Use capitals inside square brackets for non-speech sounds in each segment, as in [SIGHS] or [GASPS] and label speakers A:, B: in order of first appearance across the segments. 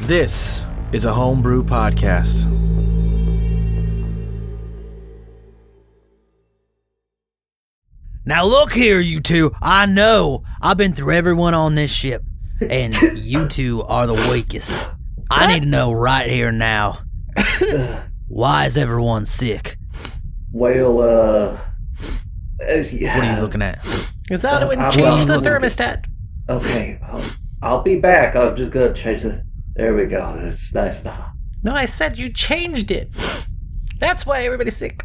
A: This is a homebrew podcast.
B: Now look here, you two. I know I've been through everyone on this ship, and
A: [LAUGHS]
B: you two are the weakest. I need to know right here now. Why is everyone sick?
C: Well, uh. as-
B: What are you looking at?
D: Is that when
C: Uh,
D: you change
C: well-
D: the thermostat?
C: Okay, um, I'll be back. I'm just gonna change the. There we go. It's nice now.
D: No, I said you changed it. That's why everybody's sick.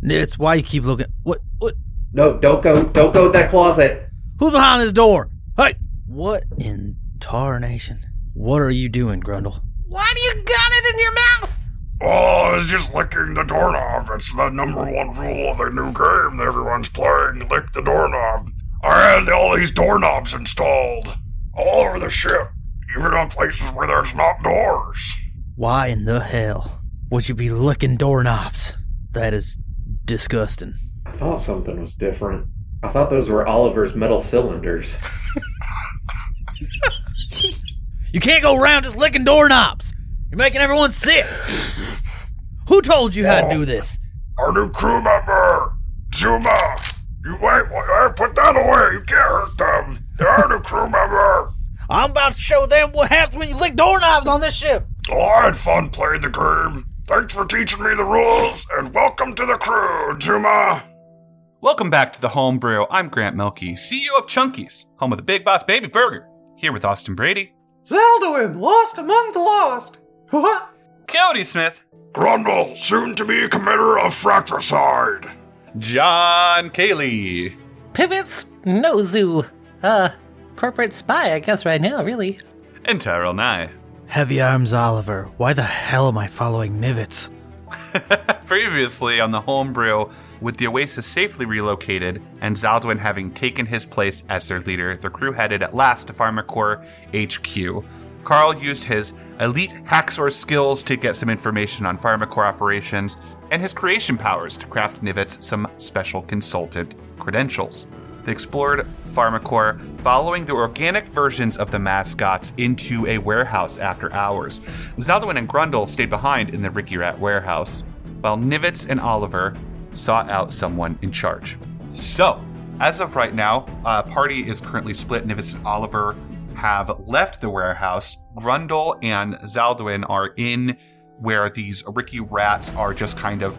B: That's why you keep looking. What? What?
C: No, don't go. Don't go in that closet.
B: Who's behind this door? Hey! What in tarnation? What are you doing, Grundle?
D: Why do you got it in your mouth?
E: Oh, it's just licking the doorknob. It's the number one rule of the new game that everyone's playing. Lick the doorknob. I had all these doorknobs installed all over the ship, even on places where there's not doors.
B: Why in the hell would you be licking doorknobs? That is disgusting.
C: I thought something was different. I thought those were Oliver's metal cylinders.
B: You can't go around just licking doorknobs. You're making everyone sick. Who told you how to do this?
E: Our new crew member, Zuma. You wait, wait, wait, put that away. You can't hurt them. They're our new crew member.
B: I'm about to show them what happens when you lick doorknobs on this ship.
E: Well, Oh, I had fun playing the game. Thanks for teaching me the rules, and welcome to the crew, Zuma.
F: Welcome back to the Homebrew. I'm Grant Milkey, CEO of Chunkies, home of the Big Boss Baby Burger. Here with Austin Brady,
G: Zeldwin, lost among the lost. What?
F: Cody Smith,
E: Grundle, soon to be committer of fratricide.
F: John Cayley,
D: Pivots, no zoo. Uh, corporate spy, I guess, right now, really.
F: and Tyrell Nye.
B: Heavy Arms Oliver, why the hell am I following Nivets?
F: [LAUGHS] Previously on the Homebrew, with the Oasis safely relocated and Zaldwin having taken his place as their leader, the crew headed at last to Pharmacore HQ. Carl used his elite hacksaw skills to get some information on Pharmacore operations and his creation powers to craft Nivets some special consultant credentials. They explored Pharmacore, following the organic versions of the mascots into a warehouse after hours. Zaldwin and Grundle stayed behind in the Ricky Rat warehouse, while Nivets and Oliver sought out someone in charge. So, as of right now, uh, party is currently split. Nivets and Oliver have left the warehouse. Grundle and Zaldwin are in where these Ricky rats are just kind of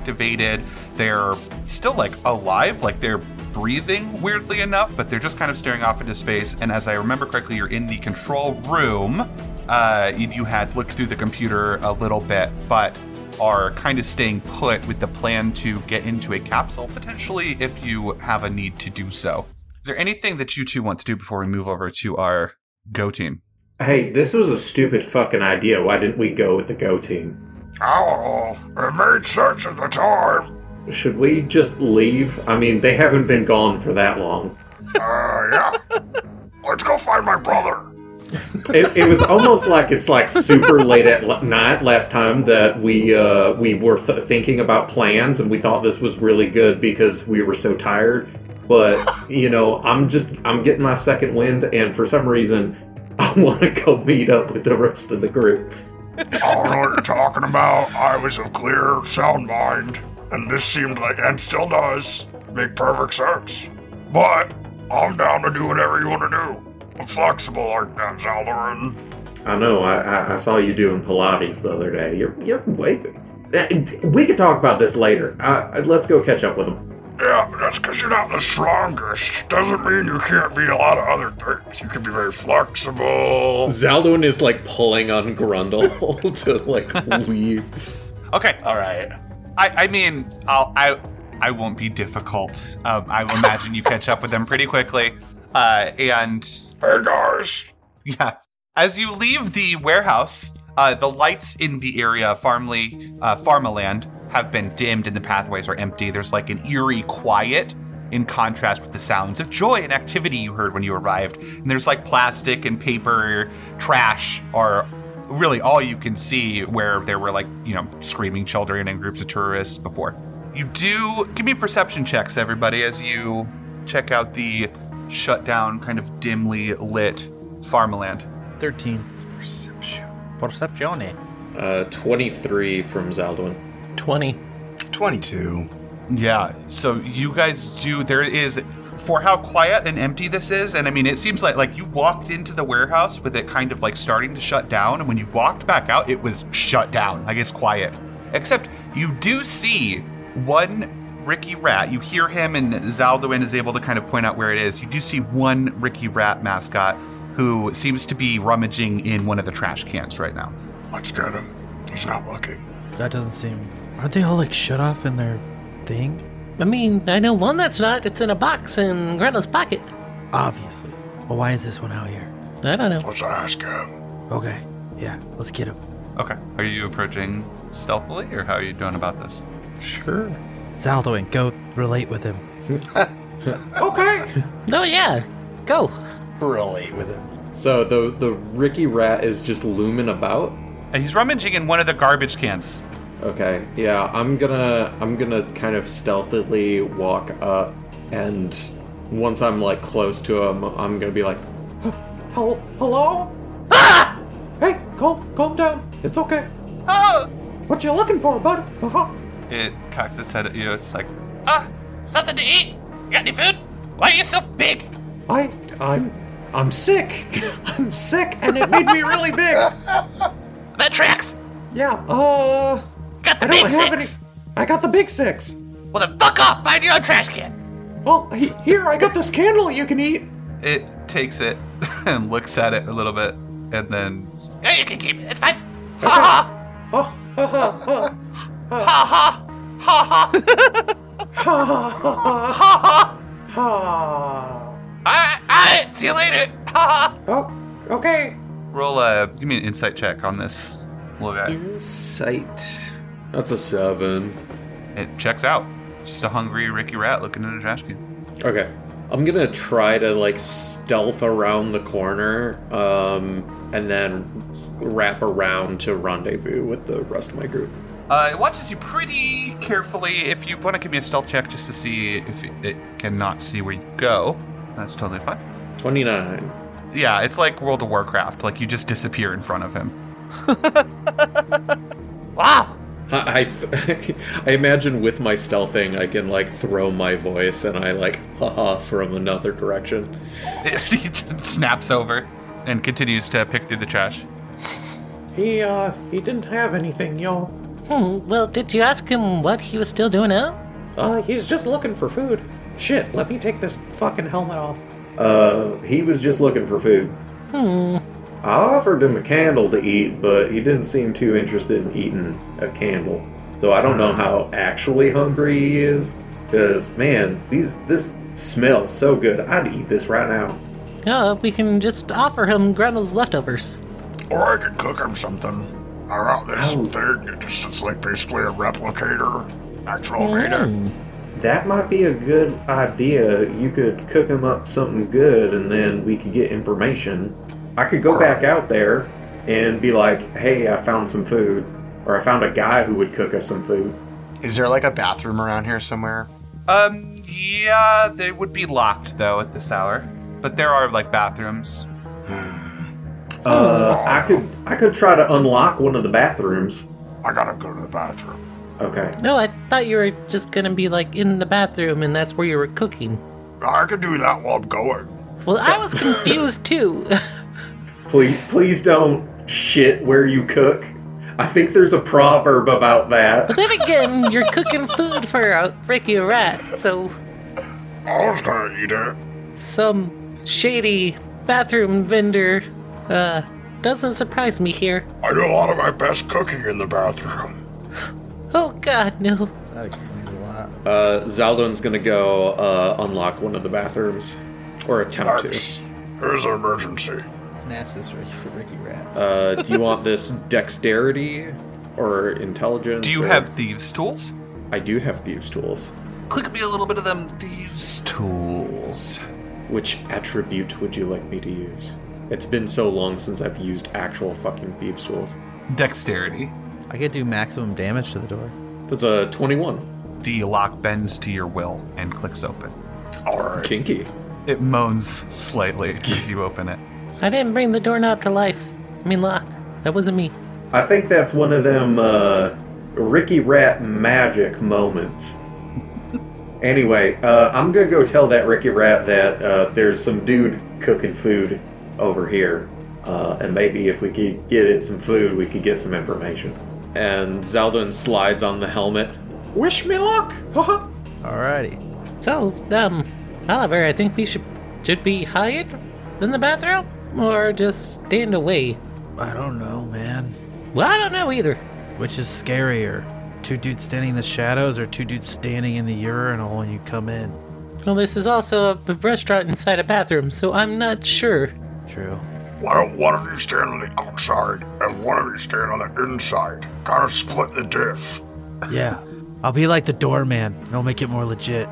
F: deactivated. They're still like alive, like they're breathing weirdly enough, but they're just kind of staring off into space. And as I remember correctly, you're in the control room. Uh, you you had looked through the computer a little bit, but are kind of staying put with the plan to get into a capsule potentially if you have a need to do so. Is there anything that you two want to do before we move over to our Go team?
C: Hey, this was a stupid fucking idea. Why didn't we go with the Go team?
E: Oh, it made sense at the time.
C: Should we just leave? I mean, they haven't been gone for that long.
E: Uh, yeah. Let's go find my brother.
C: It, it was almost like it's like super late at l- night last time that we uh, we were th- thinking about plans and we thought this was really good because we were so tired. But you know, I'm just I'm getting my second wind, and for some reason, [LAUGHS] I want to go meet up with the rest of the group.
E: I don't know what you're talking about. I was of clear, sound mind, and this seemed like, and still does, make perfect sense. But I'm down to do whatever you want to do. I'm flexible like that, Zaldarin.
C: I know. I, I, I saw you doing Pilates the other day. You're you're way. Eh, We could talk about this later. Uh, let's go catch up with them.
E: Yeah, but that's because you're not the strongest. Doesn't mean you can't be a lot of other things. You can be very flexible.
G: Zeldwin is like pulling on Grundle [LAUGHS] to like leave.
F: Okay,
E: All right.
F: I, I mean, I'll, I I won't be difficult. Um, I will imagine you catch up with them pretty quickly. Uh, and
E: Hey, guys.
F: yeah, as you leave the warehouse, uh, the lights in the area, Farmley, uh, Farmaland, have been dimmed and the pathways are empty. There's like an eerie quiet in contrast with the sounds of joy and activity you heard when you arrived. And there's like plastic and paper, trash are really all you can see where there were like, you know, screaming children and groups of tourists before. You do give me perception checks, everybody, as you check out the shut down, kind of dimly lit farmland.
B: 13.
H: Perception.
I: Perceptione.
G: Uh, 23 from Zaldwin.
D: 20.
H: 22.
F: Yeah, so you guys do. There is, for how quiet and empty this is, and I mean, it seems like like you walked into the warehouse with it kind of like starting to shut down, and when you walked back out, it was shut down. Like it's quiet. Except you do see one Ricky Rat. You hear him, and Zaldwin is able to kind of point out where it is. You do see one Ricky Rat mascot who seems to be rummaging in one of the trash cans right now.
E: Let's get him. He's not looking.
I: That doesn't seem.
A: Aren't they all like shut off in their thing?
D: I mean, I know one that's not. It's in a box in Grandma's pocket.
B: Obviously. But why is this one out here?
D: I don't know.
E: Let's ask him.
B: Okay. Yeah, let's get him.
F: Okay, are you approaching stealthily, or how are you doing about this?
D: Sure.
B: Zaldwin, go relate with him.
D: Oh, yeah. Go.
H: Relate with him.
C: So the the Ricky Rat is just looming about.
F: Uh, He's rummaging in one of the garbage cans.
C: Okay, yeah, I'm gonna I'm gonna kind of stealthily walk up, and once I'm like close to him, I'm gonna be like, "Hel- "Hello, Ah! hey, calm calm down. It's okay. What you looking for, bud? Uh-huh.
F: It cocks its head at you. It's like,
J: Ah, something to eat? You got any food? Why are you so big?
C: I I'm I'm sick. [LAUGHS] I'm sick, and it made me really big.
J: That tracks.
C: Yeah. Uh,
J: Got the
C: I don't
J: big
C: have any.
J: six.
C: I got the big six.
J: Well, then fuck off. Find your own trash can.
C: Well, he- here I got this candle you can eat.
F: it takes it [LAUGHS] and looks at it a little bit, and then
J: Yeah, you can keep it. It's fine. Ha ha.
C: Oh, ha ha ha.
J: Ha ha. Ha ha.
C: ha.
J: Alright, alright. See you later. [LAUGHS] Ha ha.
C: Oh, okay.
F: roll a give me an insight check on this little guy.
G: Insight.
C: That's a seven.
F: It checks out. Just a hungry Ricky Rat looking in a trash can.
C: Okay. I'm gonna try to like stealth around the corner, um, and then wrap around to rendezvous with the rest of my group.
F: Uh, it watches you pretty carefully. If you want to give me a stealth check just to see if it, it cannot see where you go, that's totally fine.
C: Twenty-nine.
F: Yeah, it's like World of Warcraft. Like you just disappear in front of him. [LAUGHS]
J: Wow.
C: I, I, th- I [LAUGHS] imagine with my stealthing, I can like throw my voice, and I like haha from another direction.
F: he just snaps over and continues to pick through the trash.
C: He uh, he didn't have anything, y'all.
D: Hmm. Well, did you ask him what he was still doing out?
C: Uh, he's just looking for food. Shit, let me take this fucking helmet off. Uh, he was just looking for food. Hmm. I offered him a candle to eat, but he didn't seem too interested in eating a candle. So I don't know how actually hungry he is. Cause man, these this smells so good. I'd eat this right now.
D: Uh, we can just offer him Grundle's leftovers.
E: Or I could cook him something. I got this thing. It just it's like basically a replicator. Actual
D: Hmm.
E: reader.
C: That might be a good idea. You could cook him up something good and then we could get information. I could go back out there and be like, hey, I found some food. Or I found a guy who would cook us some food.
H: Is there like a bathroom around here somewhere?
F: Um, yeah, they would be locked though at this hour. But there are like bathrooms.
C: Uh, I could I could try to unlock one of the bathrooms.
E: I gotta go to the bathroom.
C: Okay.
D: No, I thought you were just gonna be like in the bathroom and that's where you were cooking.
E: I could do that while I'm going.
D: Well, I was confused too. [LAUGHS]
C: Please please don't shit where you cook. I think there's a proverb about that.
D: then again, you're cooking food for a Ricky Rat, so
E: I was gonna eat it.
D: some shady bathroom vendor uh doesn't surprise me here.
E: I do a lot of my best cooking in the bathroom.
D: Oh god, no.
I: That explains a lot.
G: Uh,
C: Zaldon's gonna go uh, unlock one of the bathrooms. Or attempt to.
E: Max, here's an emergency.
I: Snatch this Ricky, for Ricky Rat.
C: Uh, do you want this dexterity or intelligence?
F: Do you
C: or-
F: have thieves' tools?
C: I do have thieves' tools.
F: Click me a little bit of them thieves' tools.
C: Which attribute would you like me to use? It's been so long since I've used actual fucking thieves' tools.
F: Dexterity.
I: I could do maximum damage to the door.
C: That's a 21.
F: The lock bends to your will and clicks open.
E: Alright.
C: Kinky.
F: It moans slightly as you open it.
D: I didn't bring the doorknob to life. I mean, lock. That wasn't me.
C: I think that's one of them uh, Ricky Rat magic moments. anyway, uh, I'm gonna go tell that Ricky Rat that uh, there's some dude cooking food over here, uh, and maybe if we could get it some food, we could get some information.
G: And Zeldwin slides on the helmet.
C: Wish me luck. Haha.
I: Alrighty.
D: So, um, Oliver, I think we should should we hide in the bathroom or just stand away?
A: I don't know, man.
D: Well, I don't know either.
A: Which is scarier? Two dudes standing in the shadows or two dudes standing in the urinal when you come in?
D: Well, this is also a restaurant inside a bathroom, so I'm not sure.
A: True.
E: Why don't one of you stand on the outside and one of you stand on the inside? Kind of split the diff.
A: Yeah. I'll be like the doorman. It'll make it more legit.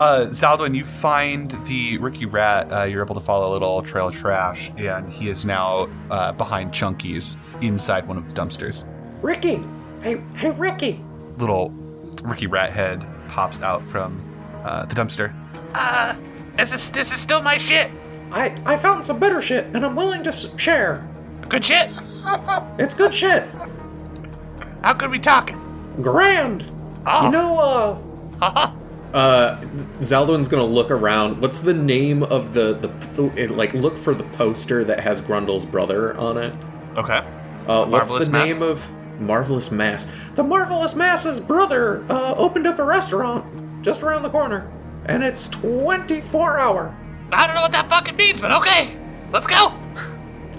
F: Uh, Zaldwin, you find the Ricky Rat. Uh, you're able to follow a little trail of trash, and he is now uh, behind Chunky's inside one of the dumpsters.
C: Ricky, hey, hey, Ricky.
F: Little Ricky Rat head pops out from uh, the dumpster.
J: Uh, this is this is still my shit.
C: I I found some better shit, and I'm willing to s- share.
J: Good shit.
C: It's good shit.
J: How could we talking?
C: Grand.
J: Oh.
C: You know, uh,
J: Haha.
G: Uh, Zaldwin's gonna look around. What's the name of the the, the it, like? Look for the poster that has Grundle's brother on it.
F: Okay.
G: Uh, what's
F: Marvelous
G: the
F: Mass?
G: name of Marvelous Mass?
C: the marvelous mass's brother uh, opened up a restaurant just around the corner, and it's 24 hour.
J: I don't know what that fucking means, but okay. Let's go.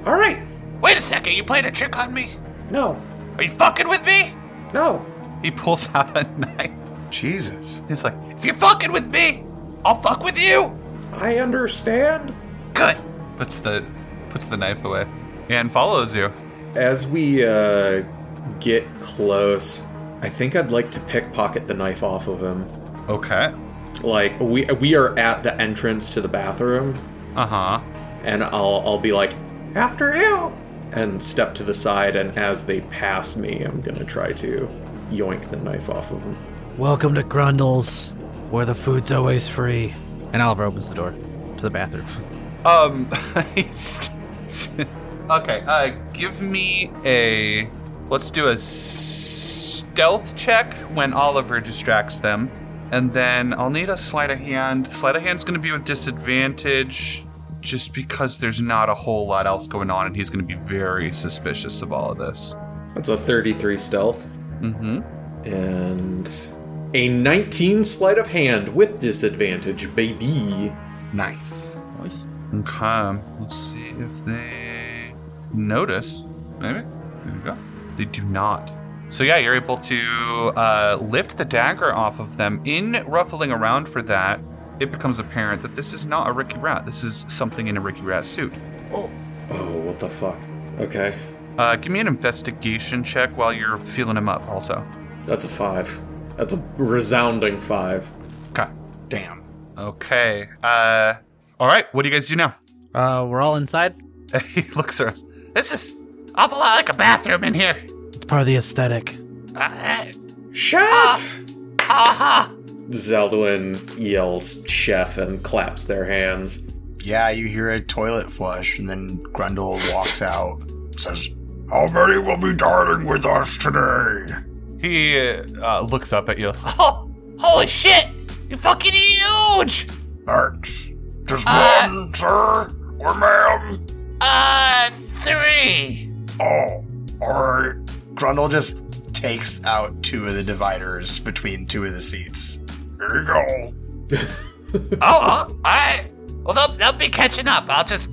C: All right.
J: Wait a second. You playing a trick on me?
C: No.
J: Are you fucking with me?
C: No.
F: He pulls [LAUGHS] out a knife.
H: Jesus.
F: He's like,
J: If you're fucking with me, I'll fuck with you.
C: I understand.
J: Good.
F: puts the puts the knife away, and follows you.
G: As we uh, get close, I think I'd like to pickpocket the knife off of him.
F: Okay.
G: Like we we are at the entrance to the bathroom,
F: Uh huh.
G: and I'll I'll be like
C: After you.
G: and step to the side, and as they pass me, I'm gonna try to yoink the knife off of them.
A: Welcome to Grundle's, where the food's always free.
I: And Oliver opens the door to the bathroom.
F: Um. [LAUGHS] he's- okay. Uh, give me a. Let's do a stealth check when Oliver distracts them, and then I'll need a sleight of hand. Sleight of hand's going to be with disadvantage, just because there's not a whole lot else going on, and he's going to be very suspicious of all of this.
G: That's a 33 stealth
F: Mm-hmm.
G: and a 19 sleight of hand with disadvantage, baby.
H: Nice.
F: Okay, let's see if they notice. Maybe. There we go. They do not. So yeah, you're able to uh, lift the dagger off of them. In ruffling around for that, it becomes apparent that this is not a Ricky Rat. This is something in a Ricky Rat suit.
G: Oh, what the fuck? Okay,
F: Uh, give me an investigation check while you're feeling him up. Also.
G: that's a five. That's a resounding five.
F: Okay.
H: Damn.
F: Okay. Uh, all right. What do you guys do now? [LAUGHS]
I: Uh, we're all inside.
F: he looks at us.
J: This is awful
F: uh,
J: lot like a bathroom in here.
A: It's part of the aesthetic.
J: Uh,
C: Chef.
J: ha
C: Uh-huh.
J: ha.
G: Zeldwin yells chef and claps their hands.
H: Yeah, you hear a toilet flush, and then Grundle walks out.
E: Says, How many will be dining with us today?
F: He uh, looks up at you.
J: [LAUGHS] Oh, holy shit! You're fucking huge.
E: Thanks. Just
J: Uh,
E: one, sir? Or ma'am?
J: Uh, three.
E: Oh, alright.
H: Grundle just takes out two of the dividers between two of the seats.
E: Here you go.
J: Oh, oh, all right. Well, they'll, they'll be catching up. I'll just,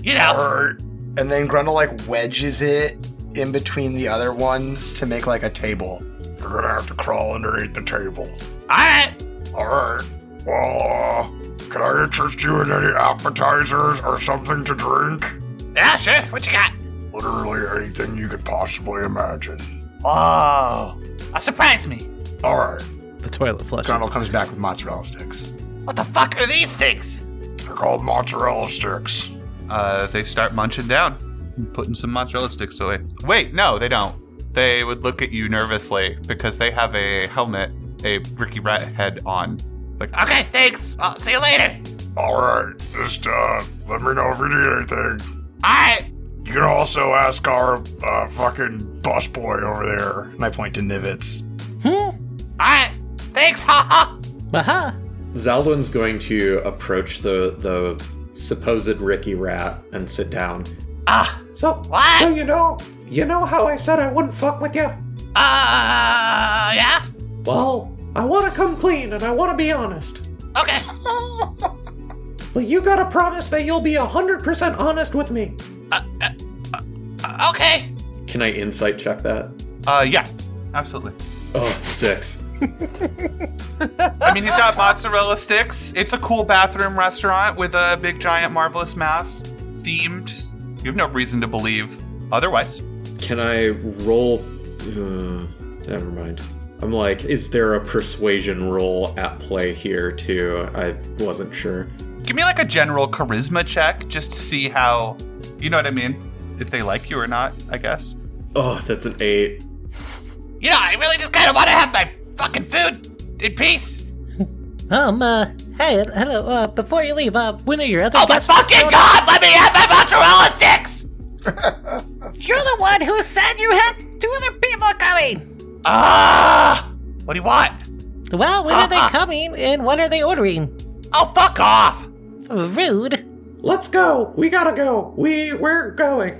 J: you know.
E: Alright.
H: And then Grundle like wedges it in between the other ones to make like a table.
E: You're gonna have to crawl underneath the table.
J: All right.
E: Alright. Well, uh, can I interest you in any appetizers or something to drink?
J: Yeah, sure. What you got?
E: Literally anything you could possibly imagine.
J: Oh, uh, surprise me.
E: Alright.
I: The toilet flush.
H: Grundle comes back with mozzarella sticks.
J: What the fuck are these things?
E: They're called mozzarella sticks.
F: Uh, they start munching down, putting some mozzarella sticks away. Wait, no, they don't. They would look at you nervously because they have a helmet, a Ricky Rat head on. Like, "Ah,
J: Okay, thanks. I'll see you later.
E: Alright, just, uh, let me know if you need anything.
J: All right.
E: You can also ask our uh, fucking busboy over there.
K: And I point to Nivets.
J: Alright, thanks, haha!
D: Aha!
C: Zaldwin's going to approach the the supposed Ricky Rat and sit down.
J: Ah,
C: So,
J: What?
C: so you know, you know how I said I wouldn't fuck with you.
J: uh, yeah?
C: Well, I want to come clean and I want to be honest.
J: Okay.
C: But you gotta promise that you'll be hundred percent honest with me.
J: Okay.
C: Can I insight check that?
F: Uh, yeah, absolutely.
C: Oh, six.
F: I mean, he's got mozzarella sticks. It's a cool bathroom restaurant with a big, giant, marvelous mouse themed. You have no reason to believe otherwise.
C: Can I roll? Uh, never mind. I'm like, is there a persuasion roll at play here too? I wasn't sure.
F: Give me like a general charisma check just to see how, you know what I mean? If they like you or not, I guess.
C: Oh, that's an eight.
J: You know, I really just kinda wanna have my fucking food in peace.
D: Um, uh, hey, hello, uh, before you leave, uh, when are your other
J: Oh my
D: guests?
J: fucking god, let me have my mozzarella sticks!
L: You're the one who said you had two other people coming.
J: Ah! what do you want?
D: Well, when are they coming and what are they ordering?
J: Oh, fuck off!
D: Rude.
C: Let's go. We gotta go. We we're going.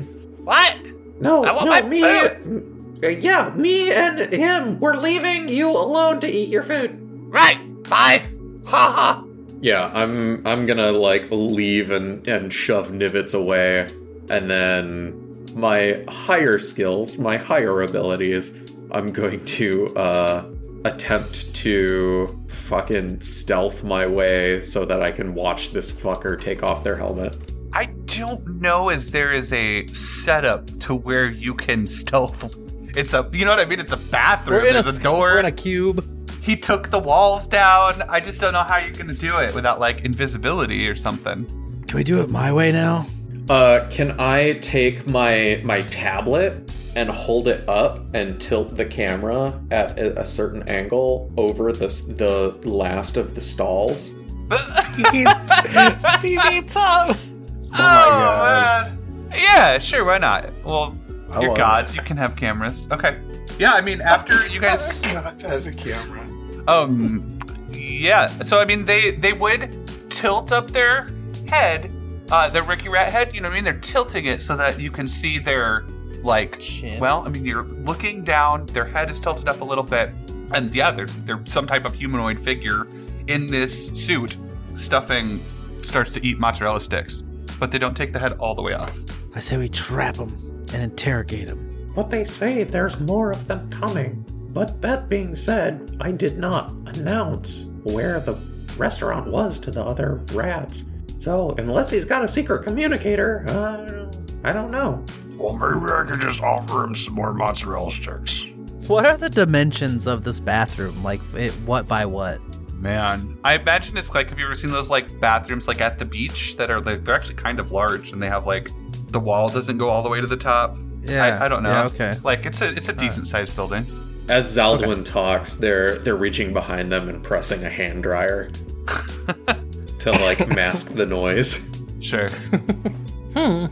J: What?
C: No,
J: I want
C: no,
J: my
C: me. uh, Yeah, me and him. We're leaving you alone to eat your food.
J: Right, bye. Ha ha.
C: Yeah, I'm. I'm gonna like leave and and shove Nivets away, and then my higher skills, my higher abilities. I'm going to uh attempt to fucking stealth my way so that I can watch this fucker take off their helmet.
F: I don't know as there is a setup to where you can stealth. [LAUGHS] It's a, you know what I mean? It's a bathroom. There's a, door.
I: We're in a cube.
F: He took the walls down. I just don't know how you're gonna do it without like invisibility or something.
M: Can we do it my way now?
C: Uh, can I take my my tablet and hold it up and tilt the camera at a, a certain angle over the s- the last of the stalls?
L: BB Tom.
K: Oh my god.
F: man. Yeah, sure. Why not? Well,
K: I
F: you're
K: love
F: gods.
K: it.
F: You can have cameras. Okay. Yeah, I mean, after you guys
K: God, As a camera.
F: Um, yeah. So I mean, they they would tilt up their head, uh, their Ricky Rat head. You know what I mean? They're tilting it so that you can see their like.
M: Chin.
F: Well, I mean, you're looking down. Their head is tilted up a little bit, and yeah, they're they're some type of humanoid figure in this suit. Stuffing starts to eat mozzarella sticks, but they don't take the head all the way off.
M: I say we trap him and interrogate him.
C: But they say there's more of them coming. But that being said, I did not announce where the restaurant was to the other rats. So unless he's got a secret communicator, uh, I don't know.
E: Well, maybe I could just offer him some more mozzarella sticks.
I: What are the dimensions of this bathroom? Like, it, what by what?
F: Man, I imagine it's like have you ever seen those like bathrooms like at the beach that are like they're actually kind of large and they have like the wall doesn't go all the way to the top.
I: Yeah,
F: I, I don't know.
I: yeah, okay.
F: Like it's a it's a decent sized building.
C: As Zaldwin talks, they're they're reaching behind them and pressing a hand dryer to like mask the noise.
F: [LAUGHS] Sure.
J: Oh,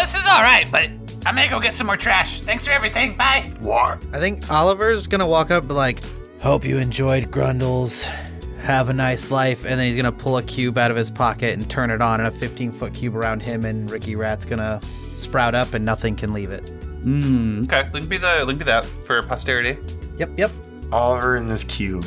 J: this is alright, but I'm gonna go get some more trash. Thanks for everything, bye.
E: What?
I: I think Oliver's gonna walk up like,
N: Hope you enjoyed Grundles.
I: have a nice life, and then he's gonna pull a cube out of his pocket and turn it on, and a 15 foot cube around him, and Ricky Rat's gonna sprout up, and nothing can leave it.
F: mm, okay. Link me the link me that for posterity.
I: Yep, yep.
K: Oliver in this cube.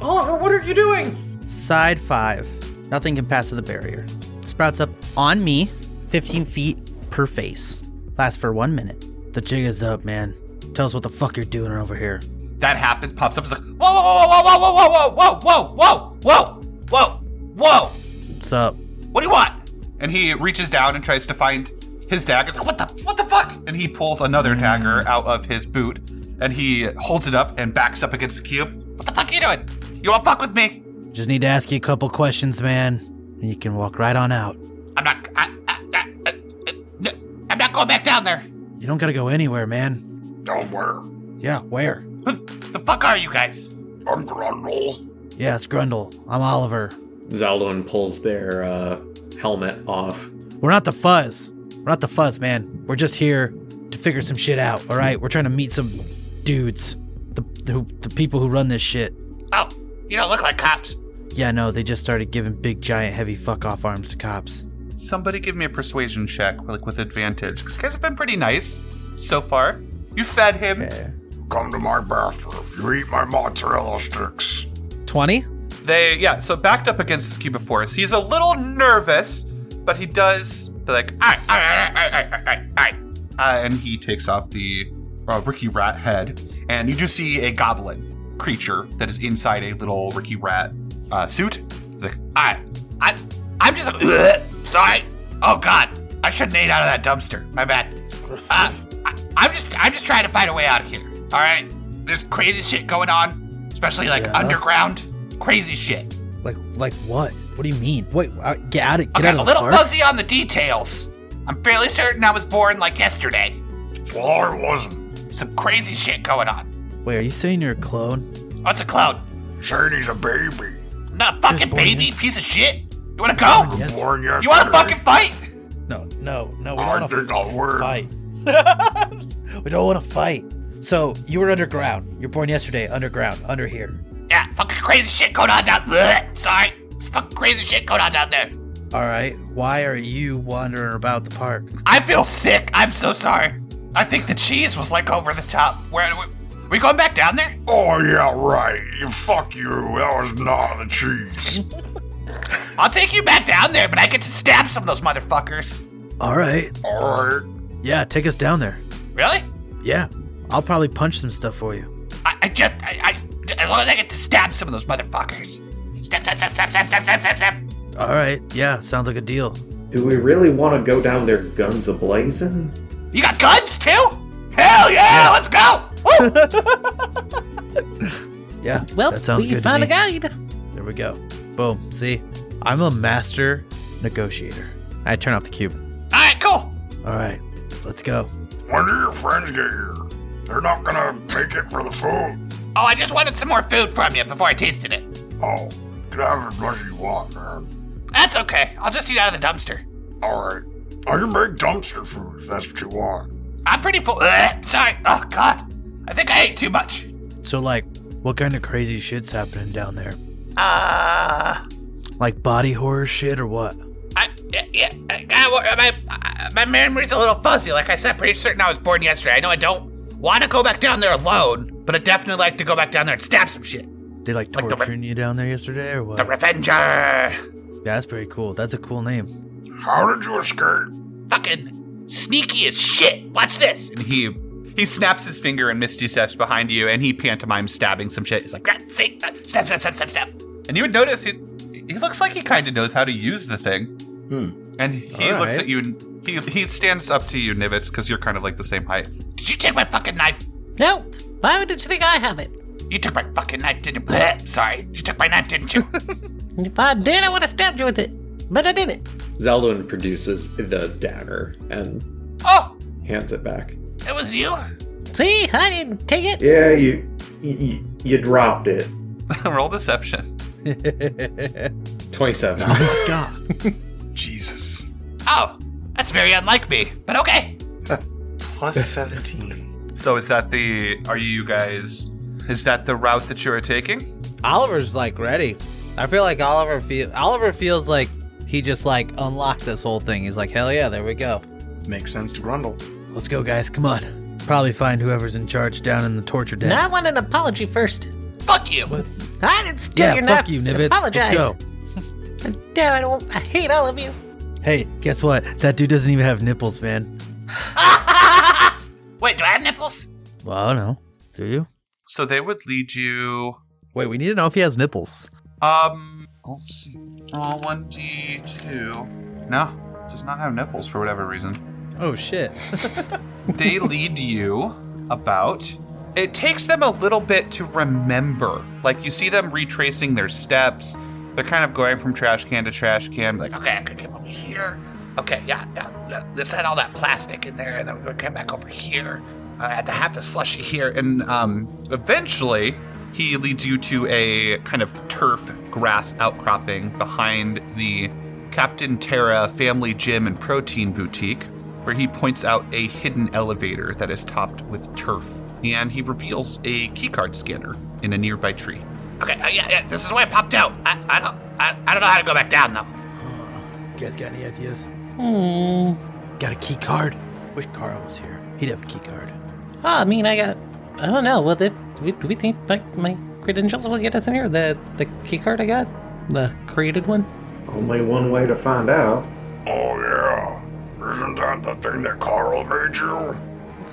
C: Oliver, what are you doing?
I: Side five. Nothing can pass through the barrier. Sprouts up on me, 15 feet per face. Lasts for one minute.
N: The jig is up, man. Tell us what the fuck you're doing over here.
F: That happens, pops up, it's like,
J: Whoa, whoa, whoa, whoa, whoa, whoa, whoa, whoa, whoa, whoa, whoa, whoa, whoa.
N: What's up?
J: What do you want?
F: and he reaches down and tries to find his dagger. It's like, what the what the fuck? And he pulls another dagger out of his boot and he holds it up and backs up against the cube.
J: What the fuck are you doing? You wanna fuck with me?
N: Just need to ask you a couple questions, man, and you can walk right on out.
J: I'm not. I, I, I, I, no, I'm not going back down there.
N: You don't gotta go anywhere, man.
E: Down where?
N: Yeah, where?
J: The fuck are you guys?
E: I'm Grundle.
N: Yeah, it's Grundle. I'm Oliver.
C: Zaldwin pulls their uh, helmet off.
N: We're not the fuzz. We're not the fuzz, man.
I: We're just here to figure some shit out, all right? We're trying to meet some dudes, the, who, the people who run this shit.
J: Oh, you don't look like cops.
I: Yeah, no, they just started giving big, giant, heavy fuck off arms to cops.
F: Somebody give me a persuasion check, like with advantage. Because guys have been pretty nice so far. You fed him.
E: Come to my bathroom. You eat my mozzarella sticks.
O: 20?
F: They, yeah, so backed up against this Cubiforus. He's a little nervous, but he does, be like, all right, all right, all right, all right, all right, all right. Uh, and he takes off the uh, Ricky Rat head, and you do see a goblin creature that is inside a little Ricky Rat uh, suit. He's like,
J: I, I, I'm just [LAUGHS] ugh, sorry. Oh God, I shouldn't ate out of that dumpster. My bad. Uh, I, I'm just, I'm just trying to find a way out of here. All right, there's crazy shit going on, especially like
P: Yeah.
J: underground, crazy shit.
P: Like, like what? What do you mean? Wait, uh, get out of get
J: Okay,
P: out
J: a
P: of the
J: little
P: park.
J: fuzzy on the details. I'm fairly certain I was born like yesterday.
E: Well, I wasn't.
J: Some crazy shit going on.
I: Wait, are you saying you're a clone?
J: What's a clown?
E: Saying he's a baby.
J: I'm not a fucking baby, piece of shit. You wanna go?
E: Born yesterday.
J: You wanna fucking fight?
I: No, no, no.
E: I think I'll win.
I: Fight. we don't want to fight. [LAUGHS] So you were underground. You're born yesterday, underground, under here.
J: Yeah, fucking crazy shit going on down. Bleh, sorry, it's fucking crazy shit going on down there.
O: All right. Why are you wandering about the park?
J: I feel sick. I'm so sorry. I think the cheese was like over the top. Where we, we going back down there?
E: Oh, yeah, right. You- Fuck you. That was not the cheese.
J: I'll take you back down there, but I get to stab some of those motherfuckers.
I: All right.
E: All right.
I: Yeah, take us down there.
J: Really?
I: Yeah, I'll probably punch some stuff for you.
J: I, I just I, I as long as I get to stab some of those motherfuckers. Stab, stab, stab, stab, stab, stab, stab, stab, stab.
I: All right. Yeah, sounds like a deal.
C: Do we really want to go down there guns ablazing?
J: You got guns too? Hell yeah! Let's go. Woo!
I: Yeah.
D: Well,
I: that sounds
D: we
I: good.
D: found
I: to
D: a
I: me.
D: guide.
I: There we go. Boom. See, I'm a master negotiator.
O: I turn off the cube.
J: All right, cool.
I: All right, let's go.
E: When do your friends get here? They're not gonna make it for the food.
J: Oh, I just wanted some more food from you before I tasted it.
E: Oh, you can have as much as you want, man.
J: That's okay. I'll just eat out of the dumpster.
E: All right. I can make dumpster food if that's what you want.
J: I'm pretty full. Ugh, sorry. Oh god. I think I ate too much.
I: So, like, what kind of crazy shit's happening down there?
J: Uh,
I: Like body horror shit or what?
J: I, yeah, yeah, I, I, wa- my, uh, my memory's a little fuzzy. Like I said, pretty certain I was born yesterday. I know I don't want to go back down there alone, but I definitely like to go back down there and stab some shit.
I: They like
J: Like
I: torturing
J: the re-
I: you down there yesterday or
J: The
I: what?
J: Revenger.
I: Yeah, that's pretty cool. That's a cool name. [LAUGHS]
E: How did you escape?
J: Fucking sneaky as shit. Watch this.
F: and he he snaps his finger, and Misty steps behind you, and he pantomimes stabbing some shit. He's like, "Ah,
J: Yeah, see? Uh, stab, stab, stab, stab, stab.
F: and you would notice he he looks like he kind of knows how to use the thing.
H: Hmm.
F: And he
O: All
F: looks
O: right.
F: at you. and He he stands up to you, Nivets, because you're kind of like the same height.
J: Did you take my fucking knife?
D: Nope. Why did you think I have it?
J: You took my fucking knife, didn't you?
F: [LAUGHS]
J: Bleh, sorry. You took my knife, didn't you?
D: If I did, I would have stabbed you with it. But I didn't.
Q: Zaldwin produces the dagger and
J: oh,
Q: hands it back.
J: it was you?
D: See, I didn't take it.
C: Yeah, you you, you dropped it.
F: [LAUGHS] Roll deception.
G: [LAUGHS]
Q: 27.
I: God.
H: Jesus.
J: Oh, that's very unlike me, but okay.
H: Plus 17.
F: So is that the? Are you guys? Is that the route that you are taking?
O: Oliver's like ready. I feel like Oliver feel Oliver feels like he just like unlocked this whole thing. He's like, hell yeah, there we go.
H: [LAUGHS] Makes sense to Grundle.
I: Let's go, guys. Come on. Probably find whoever's in charge down in the torture den.
D: And I want an apology first.
J: Fuck you.
D: I didn't steal
I: yeah,
D: your
I: fuck
D: knife.
I: you, Nivets.
D: Apologize.
I: Let's go.
D: Damn, I don't. I hate all of you.
I: Hey, guess what? That dude doesn't even have nipples, man.
J: Wait, do I have nipples?
I: Well, I don't know. Do you?
F: So they would lead you.
O: Wait, we need to know if he has nipples.
F: Um, let's see. Roll one d two. No, does not have nipples for whatever reason.
O: Oh shit.
F: they lead you about. It takes them a little bit to remember. Like you see them retracing their steps. They're kind of going from trash can to trash can. Like,
J: Okay, I could come over here. Okay, yeah, yeah, yeah. This had all that plastic in there, and then we would come back over here. I had to have the slushy here.
F: here, and um, eventually he leads you to a kind of turf grass outcropping behind the Captain Terra Family Gym and Protein Boutique. where he points out a hidden elevator that is topped with turf, and he reveals a keycard scanner in a nearby tree.
J: Okay, uh, yeah, yeah, this is where it popped out. I, I don't, I, I don't know how to go back down though.
I: You guys got any ideas?
D: Hmm.
I: Got a key card? Wish Carl was here. He'd have a key card.
D: Oh, I mean, I got. I don't know. Well, did, we, do we think my, my credentials will get us in here? The the key card I got, the created one.
G: Only one way to find out.
E: Oh, yeah. Isn't that the thing that Carl made you?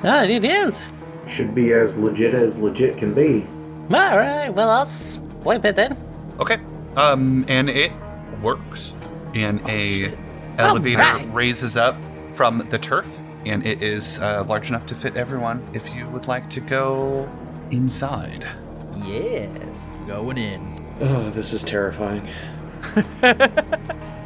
D: Ah, it is.
G: Should be as legit as legit can be.
D: All right. Well, I'll swipe it then.
F: Okay. Um, and it works.
J: Oh,
F: And a elevator
D: Alright.
F: raises up from the turf, and it is uh, large enough to fit everyone. If you would like to go inside,
I: Yes. Going in.
C: Oh, this is terrifying.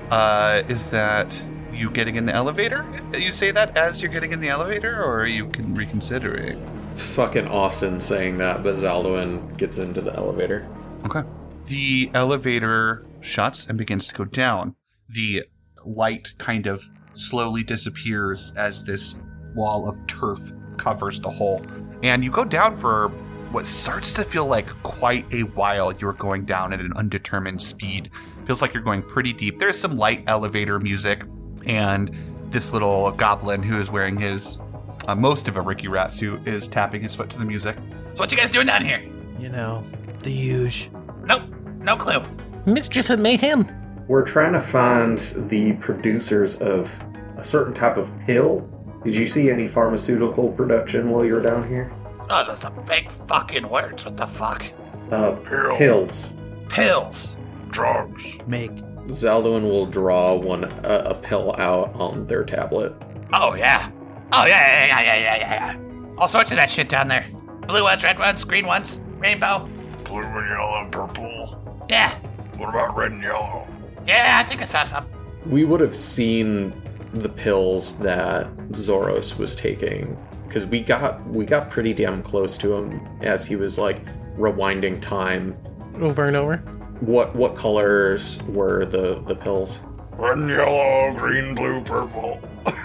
F: uh, is that you getting in the elevator? You say that as you're getting in the elevator, or are you can reconsider it?
C: Fucking Austin saying that, but Zaldwin gets into the elevator.
F: Okay. The elevator shuts and begins to go down. The light kind of slowly disappears as this wall of turf covers the hole. And you go down for what starts to feel like quite a while. You're going down at an undetermined speed. Feels like you're going pretty deep. There's some light elevator music, and this little goblin who is wearing his uh, most of a Ricky Rat suit is tapping his foot to the music.
J: So what you guys doing down here?
I: You know, the huge.
J: Nope, no clue.
D: Mischief and mayhem.
G: We're trying to find the producers of a certain type of pill. Did you see any pharmaceutical production while you were down here?
J: Oh, those are big fucking words. What the fuck?
G: Uh,
E: Pill.
G: pills.
J: Pills.
E: Drugs.
I: Make.
C: Zaldwin will draw one uh, a pill out on their tablet.
J: Oh yeah. Oh yeah, yeah, yeah, yeah, yeah, yeah, yeah. All sorts of that shit down there. Blue ones, red ones, green ones, rainbow.
E: Blue and yellow and purple.
J: Yeah,
E: What about red and yellow?
J: yeah. I think I saw some.
C: We would have seen the pills that Zoros was taking because we got we got pretty damn close to him as he was like rewinding time.
D: Over and over.
C: What what colors were the the pills?
E: Red and yellow, green, blue, purple. [LAUGHS]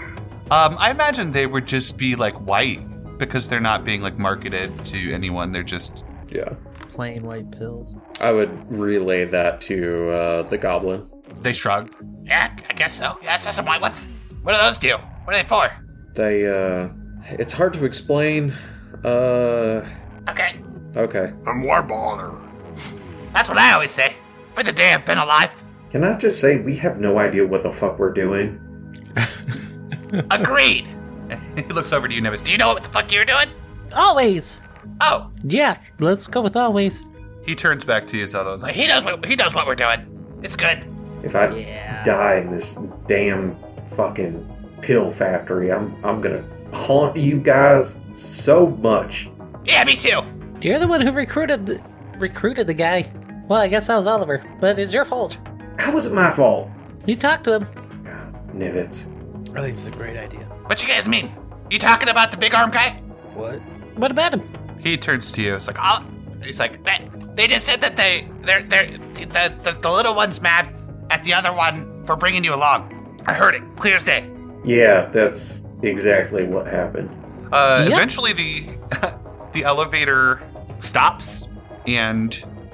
F: Um, I imagine they would just be like white because they're not being like marketed to anyone. They're just
C: Yeah,
I: Plain white pills.
C: I would relay that to uh, the goblin.
F: they shrug. [LAUGHS]
J: Yeah, I guess so. Yeah, I saw some white ones. What do those do? What are they for?
C: They uh, it's hard to explain. Uh,
J: Okay,
C: okay.
E: And why bother?
J: that's what I always say. For the day I've been alive.
G: Can I just say we have no idea what the fuck we're doing?
J: Agreed.
F: he looks over to you, Nevis.
J: Do you know what the fuck you're doing?
D: Always.
J: Oh,
D: Yeah. Let's go with always.
F: He turns back to you, Zelda.
J: he knows what he knows what we're doing. It's good.
G: If I die in this damn fucking pill factory, I'm I'm gonna haunt you guys so much.
J: Yeah, me too.
D: You're the one who recruited the recruited the guy. Well, I guess that was Oliver, but it's your fault.
G: How was it my fault?
D: You talked to him.
G: God, Nivets.
I: I think this is a great idea.
J: What you guys mean? You talking about the big arm guy?
I: What?
D: What about him?
F: He turns to you. It's like,
J: Oh, he's like they, they just said that they they're they're the, the the little one's mad at the other one for bringing you along. I heard it clear as day.
G: Yeah, that's exactly what happened.
F: uh,
D: Yeah.
F: eventually the [LAUGHS] the elevator stops and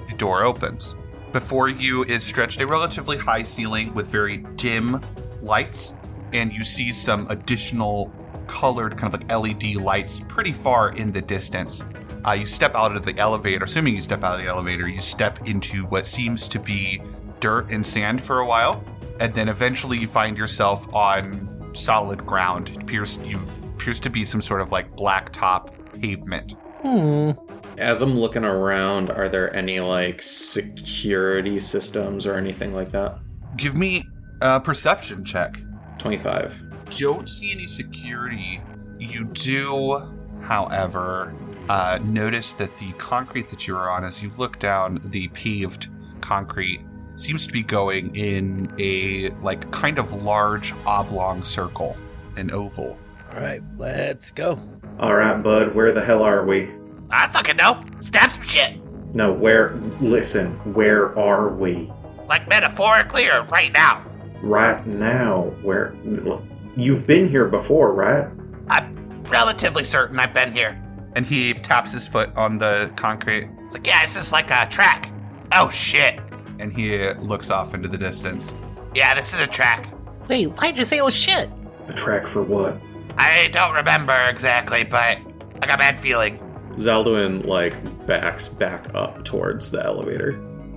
F: the door opens. Before you is stretched a relatively high ceiling with very dim lights, and you see some additional colored kind of like LED lights pretty far in the distance. Uh, you step out of the elevator. Assuming you step out of the elevator, you step into what seems to be dirt and sand for a while, and then eventually you find yourself on solid ground. It appears you appears to be some sort of like blacktop pavement.
D: Hmm.
C: As I'm looking around, are there any like security systems or anything like that?
F: Give me a perception check.
C: 25.
F: Don't see any security. You do, however, uh, notice that the concrete that you are on, as you look down, the paved concrete seems to be going in a like kind of large oblong circle, an oval.
I: All right, let's go.
G: All right, bud, where the hell are we?
J: I fucking know. Stab some shit.
G: No, where? Listen, where are we
J: Like metaphorically or right now.
G: right now? Where? look,
C: You've been here before, right?
J: I'm relatively certain I've been here.
F: And he taps his foot on the concrete.
J: It's like, yeah, this is like a track. Oh shit.
F: And he looks off into the distance.
J: Yeah, this is a track.
D: Wait, why'd you say oh shit?
C: A track for what?
J: I don't remember exactly, but I got a bad feeling.
G: Zaldwin, like, backs back up towards the elevator.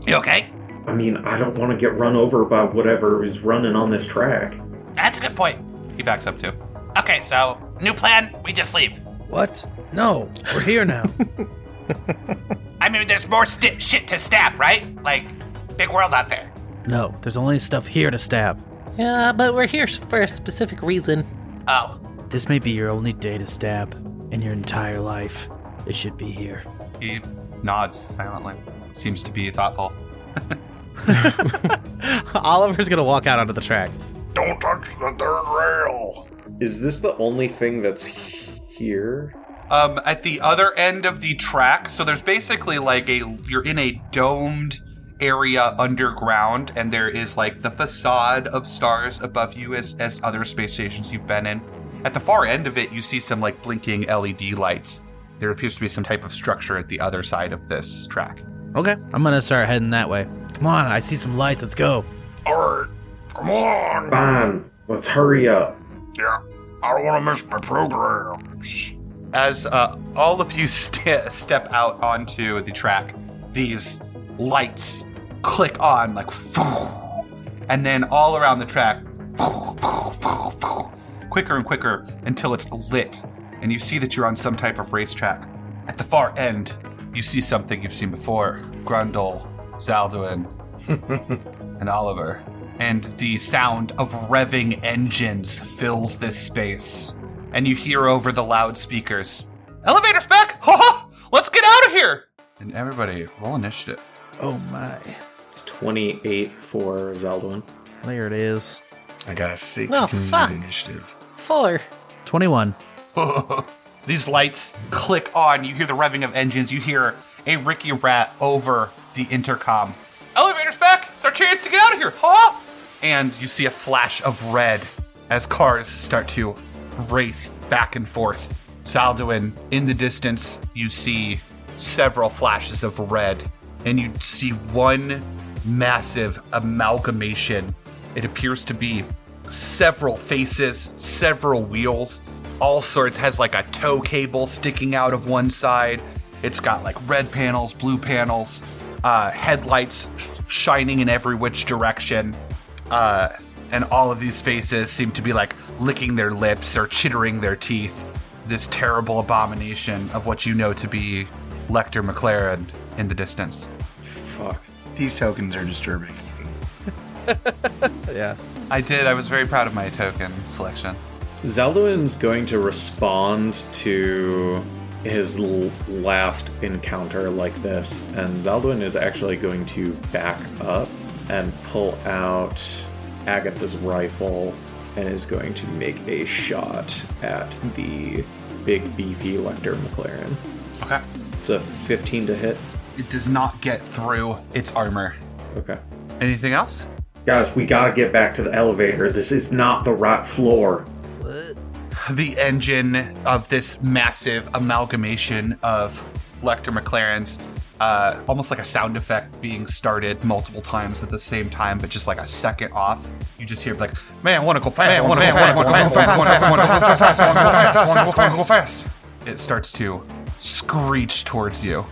J: You okay?
C: I mean, I don't want to get run over by whatever is running on this track.
J: That's a good point.
F: He backs up too.
J: Okay, so new plan, we just leave.
A: What? No, we're here
I: [LAUGHS]
A: now.
J: I mean, there's more sti shit to stab, right? Like, big world out there.
A: No, there's only stuff here to stab.
D: Yeah, but we're here for a specific reason.
J: Oh,
A: This may be your only day to stab in your entire life. It should be here.
F: He nods silently. Seems to be thoughtful.
I: Oliver's gonna walk out onto the track.
E: Don't touch the third rail.
G: Is this the only thing that's here?
F: Um, at the other end of the track, so there's basically like a you're in a domed area underground, and there is like the facade of stars above you as as other space stations you've been in. At the far end of it, you see some like blinking LED lights. There appears to be some type of structure at the other side of this track.
I: Okay, I'm gonna start heading that way.
A: Come on, I see some lights. Let's go.
E: Alright, come on.
C: Fine, let's hurry up.
E: Yeah, I don't want to miss my programs.
F: as uh, all of you [LAUGHS] st- step out onto the track, these lights click on like, [LAUGHS] and then all around the track, [LAUGHS] quicker and quicker until it's lit, and you see that you're on some type of racetrack. At the far end, you see something you've seen before: Grundle, Zaldwin, and Oliver. And the sound of revving engines fills this space. And you hear over the loudspeakers Elevator's back! Ha ha! Let's get out of here! And everybody, roll initiative.
A: Oh my.
G: It's 28 for Zaldwin.
I: There it is.
E: I got a
D: Oh,
E: 16
D: fuck.
E: initiative.
D: Four.
I: 21.
F: [LAUGHS] These lights click on. You hear the revving of engines. You hear a Ricky Rat over the intercom. Elevator's back! It's our chance to get out of here! Ha! And you see a flash of red as cars start to race back and forth. Zaldwin, in the distance, you see several flashes of red, and you see one massive amalgamation. It appears to be several faces, several wheels, all sorts. Has like a tow cable sticking out of one side. It's got like red panels, blue panels, uh, headlights shining in every which direction. Uh, and all of these faces seem to be like licking their lips or chittering their teeth. This terrible abomination of what you know to be Lecter McLaren in the distance.
G: Fuck.
H: These tokens are disturbing.
F: I did. I was very proud of my token selection.
G: Zaldwin's going to respond to his l- last encounter like this, and Zaldwin is actually going to back up and pull out Agatha's rifle and is going to make a shot at the big beefy Lecter McLaren.
F: Okay.
G: It's a 15 to hit.
F: It does not get through its armor.
G: Okay.
F: Anything else?
C: Guys, we gotta get back to the elevator. This is not the right floor.
F: the engine of this massive amalgamation of Lecter McLaren's, uh, almost like a sound effect being started multiple times at the same time, but just like a second off. You just hear like, man, want to go fast, man, want to go fast, want to go fast, want to go fast, want to go fast, want to go fast, want to go fast. It starts to screech towards you,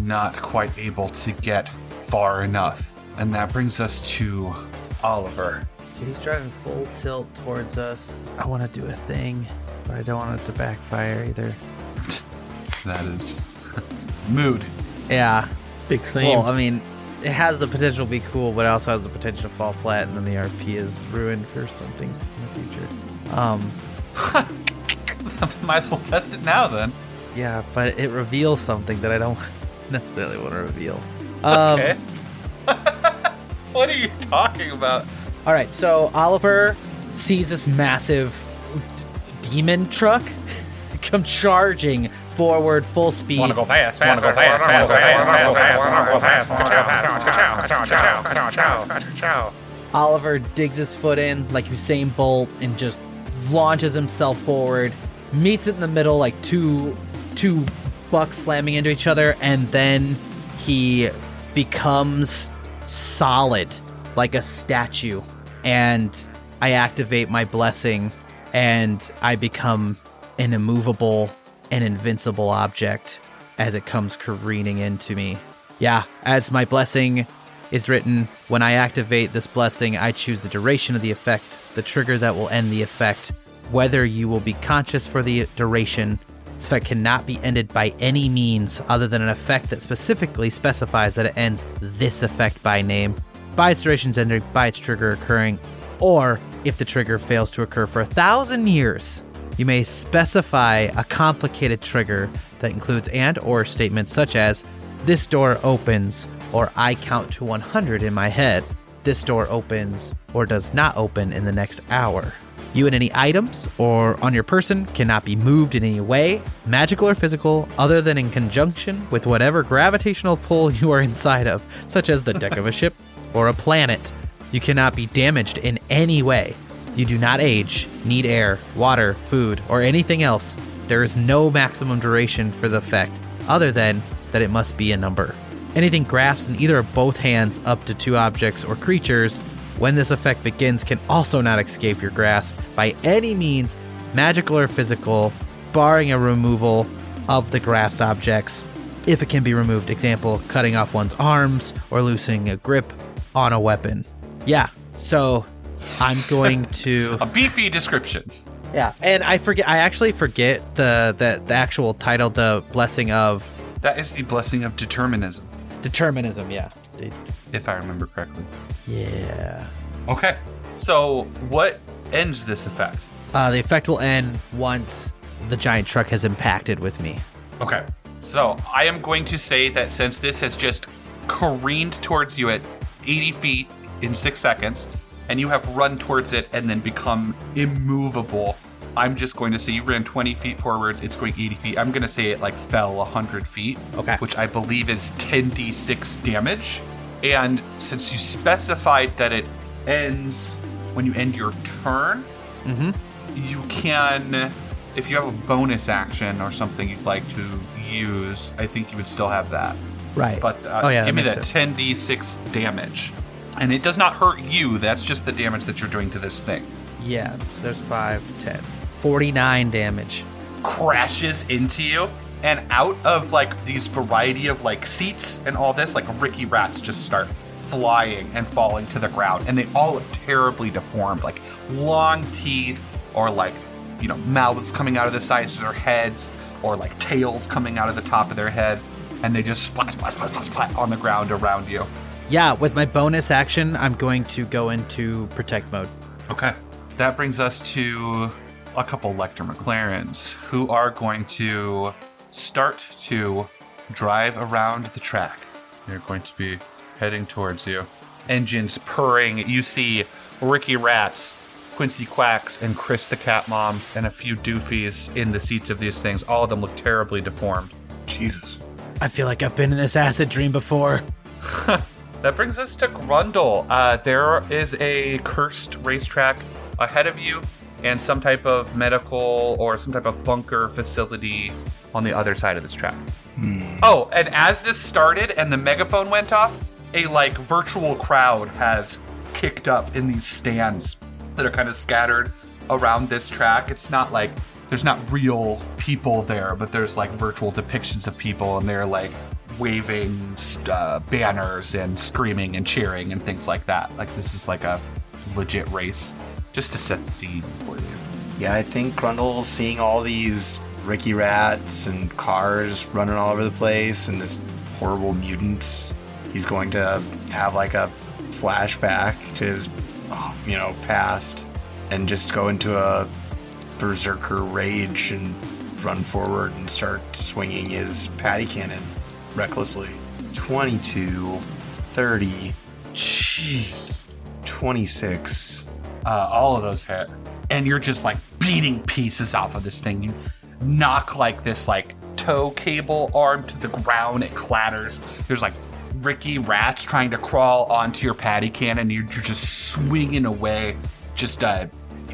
F: not quite able to get far enough, and that brings us to Oliver.
I: So he's driving full tilt towards us. I want to do a thing, but I don't want it to backfire either.
F: That is [LAUGHS] mood. [LAUGHS]
I: Yeah.
D: Big same.
I: Well, I mean, it has the potential to be cool, but it also has the potential to fall flat, and then the RP is ruined for something in the future. Um,
F: Might as well test it now then.
I: yeah, but it reveals something that I don't [LAUGHS] necessarily want to reveal. Um,
F: Okay. [LAUGHS] what are you talking about?
I: All right, so Oliver sees this massive d- demon truck [LAUGHS] come charging forward full speed.
F: fast, fast, go fast, fast,
I: Oliver digs his foot in like Usain Bolt and just launches himself forward, meets it in the middle, like two two bucks slamming into each other, and then he becomes solid like a statue. And I activate my blessing, and I become an immovable and invincible object as it comes careening into me. Yeah, as my blessing is written, when I activate this blessing, I choose the duration of the effect, the trigger that will end the effect, whether you will be conscious for the duration. This effect cannot be ended by any means other than an effect that specifically specifies that it ends this effect by name, by its duration's ending, by its trigger occurring, or if the trigger fails to occur for a thousand years. You may specify a complicated trigger that includes and or statements such as this door opens or I count to 100 in my head. This door opens or does not open in the next hour. You and any items or on your person cannot be moved in any way, magical or physical, other than in conjunction with whatever gravitational pull [LAUGHS] you are inside of, such as the deck of a ship or a planet. You cannot be damaged in any way. You do not age, need air, water, food, or anything else. There is no maximum duration for the effect, other than that it must be a number. Anything grasped in either or both hands up to two objects or creatures when this effect begins can also not escape your grasp by any means, magical or physical, barring a removal of the grasped objects if it can be removed. Example, cutting off one's arms or loosening a grip on a weapon. Yeah, so I'm going to
F: A beefy description.
I: yeah, and I forget. I actually forget the the, the actual title, the blessing of
F: That is the blessing of determinism,
I: determinism. Yeah,
F: if I remember correctly.
A: Yeah.
F: Okay. So, what ends this effect?
I: uh, the effect will end once the giant truck has impacted with me.
F: Okay. So, I am going to say that since this has just careened towards you at 80 feet in six seconds, and you have run towards it and then become immovable, I'm just going to say you ran 20 feet forwards, it's going 80 feet. I'm going to say it like fell 100 feet,
I: Okay.
F: which I believe is 10d6 damage. And since you specified that it ends when you end your turn, you can if you have a bonus action or something you'd like to use i think you would still have that
A: Right.
F: but uh,
I: Oh, yeah, that
F: give me
I: makes
F: that 10d6 damage and it does not hurt you that's just the damage that you're doing to this thing
I: Yeah, there's five, ten. 49 damage.
F: crashes into you and out of like these variety of like seats and all this like ricky rats just start flying and falling to the ground and they all look terribly deformed like long teeth or like you know mouths coming out of the sides of their heads or like tails coming out of the top of their head and they just splat splat splat splat, splat on the ground around you
I: Yeah, with my bonus action, I'm going to go into protect mode.
F: Okay. That brings us to a couple Lecter McLarens who are going to start to drive around the track. They're going to be heading towards you. Engines purring. You see Ricky Rats, Quincy Quacks, and Chris the Cat Moms, and a few doofies in the seats of these things. All of them look terribly deformed.
E: Jesus.
A: I feel like I've been in this acid dream before.
F: That brings us to Grundle. Uh, there is a cursed racetrack ahead of you, and some type of medical or some type of bunker facility on the other side of this track. Oh, and as this started and the megaphone went off, a like virtual crowd has kicked up in these stands that are kind of scattered around this track. It's not like there's not real people there, but there's like virtual depictions of people, and they're like waving uh, banners and screaming and cheering and things like that. Like this is like a legit race, just to set the scene for you.
H: Yeah, I think Grundle's seeing all these Ricky rats and cars running all over the place and this horrible mutants. He's going to have like a flashback to his, oh, you know, past and just go into a berserker rage and run forward and start swinging his patty cannon recklessly. 22, 30,
F: Jeez.
H: 26.
F: uh, all of those hit, and you're just like beating pieces off of this thing. You knock like this like tow cable arm to the ground. It clatters. There's like Ricky rats trying to crawl onto your patty cannon. You're, you're just swinging away. Just uh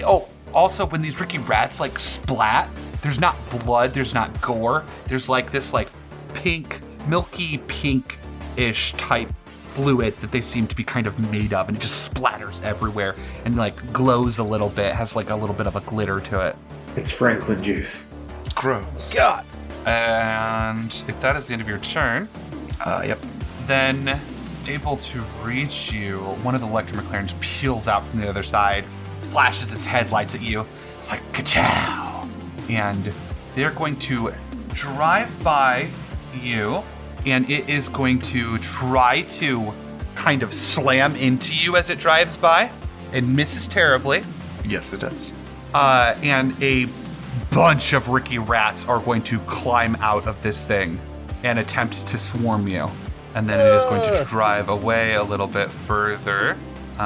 F: oh,
J: Also, when these Ricky rats like splat, there's not blood, there's not gore. There's like this like pink, milky pink-ish type fluid that they seem to be kind of made of, and it just splatters everywhere and like glows a little bit, has like a little bit of a glitter to it.
C: It's Franklin juice.
F: Gross.
J: God.
F: And if that is the end of your turn,
H: Uh, yep.
F: then able to reach you, one of the Electro McLarens peels out from the other side, flashes its headlights at you. It's like ka And they're going to drive by you, and it is going to try to kind of slam into you as it drives by. It misses terribly
H: Yes, it does.
F: uh, and a bunch of Ricky rats are going to climb out of this thing and attempt to swarm you. And then it is going to drive away a little bit further. Uh,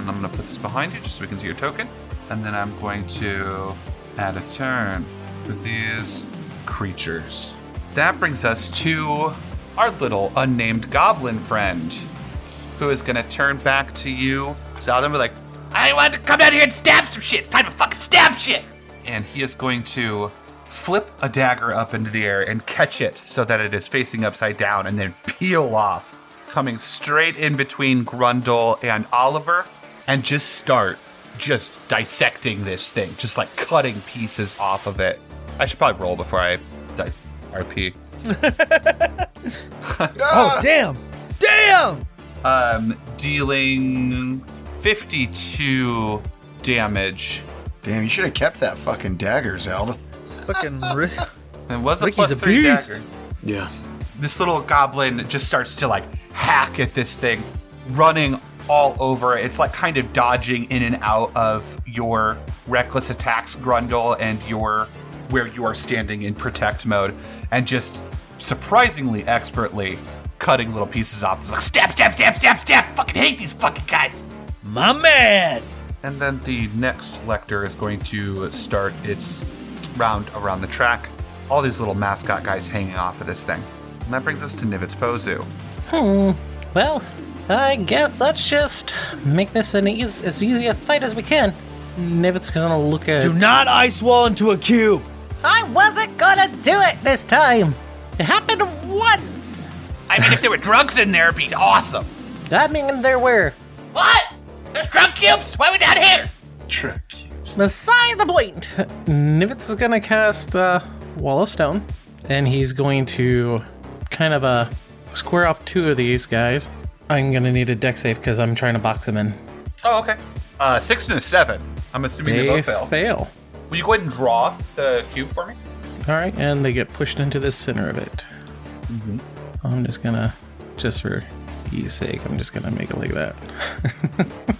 F: and I'm going to put this behind you just so we can see your token. And then I'm going to add a turn for these creatures. That brings us to our little unnamed goblin friend who is going to turn back to you. Zaldin be like, I want to come down here and stab some shit. It's time to fucking stab shit. And he is going to flip a dagger up into the air and catch it so that it is facing upside down and then peel off, coming straight in between Grundle and Oliver and just start just dissecting this thing, just like cutting pieces off of it. I should probably roll before I di- RP.
D: Ah!
A: Oh, damn! Damn!
F: Um, dealing 52 damage.
H: Damn, you should have kept that fucking dagger, Zelda.
A: Fucking ri-
F: It was a
A: Ricky's
F: plus
A: a
F: three
A: beast.
F: dagger.
G: Yeah.
F: This little goblin just starts to like hack at this thing, running all over. it. It's like kind of dodging in and out of your reckless attacks, Grundle, and your where you are standing in protect mode, and just surprisingly expertly cutting little pieces off. It's like stab, stab, stab, stab, stab. Fucking hate these fucking guys.
A: My man!
F: And then the next lector is going to start its round around the track. All these little mascot guys hanging off of this thing. And that brings us to Nivitz Pozu.
D: Well, I guess let's just make this an eas as easy a fight as we can. Nivitz is gonna look at.
A: Do not ice wall into a cube!
D: I wasn't gonna do it this time. It happened once.
J: I mean, if there were drugs in there, it'd be awesome.
D: I mean, there were.
J: What? There's drug cubes? Why are we down here?
H: Trick.
D: Beside the point. Nivitz is gonna cast uh, Wall of Stone, and he's going to kind of uh, square off two of these guys. I'm gonna need a deck save because I'm trying to box them in.
F: Oh, okay. Uh, six and a seven. I'm assuming they,
D: They
F: both fail.
D: fail.
F: Will you go ahead and draw the cube for me?
D: All right, and they get pushed into the center of it. I'm just gonna, just for ease sake, I'm just gonna make it like that. [LAUGHS]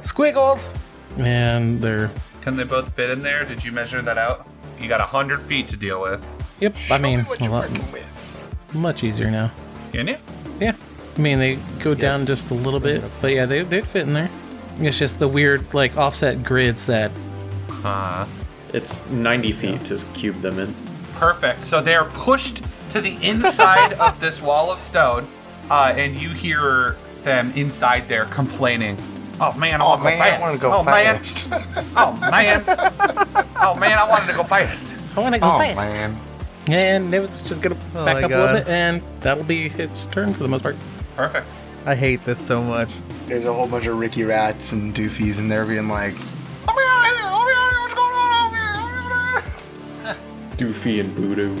D: Squiggles, and they're
F: Can they both fit in there? Did you measure that out? You got a hundred feet to deal with.
D: yep. I mean,
H: what
D: a
H: you're
D: lot,
H: working with.
D: much easier now.
F: Can you?
D: Yeah, I mean they go down just a little bit, but yeah, they they fit in there. It's just the weird like offset grids that
G: It's 90 feet to cube them in.
F: Perfect. So they are pushed to the inside of
H: [LAUGHS]
F: this wall of stone, uh, and you hear them inside there complaining. Oh man, I
H: Oh
F: want to go
H: man, I want
F: fast.
H: to go
F: oh,
H: fast. [LAUGHS]
F: Man. Oh man. Oh man, I wanted to go fast.
D: I want to go
H: oh
D: fast.
H: man.
D: And Nivit's just gonna back
I: my
D: up a little
I: God.
D: bit, and that'll be its turn for the most part.
F: Perfect.
I: I hate this so much.
H: There's a whole bunch of Ricky rats and doofies in there being like,
F: Let me out of here. Let me out of here. What's going on out there? Let me out of here.
G: Doofy and Voodoo.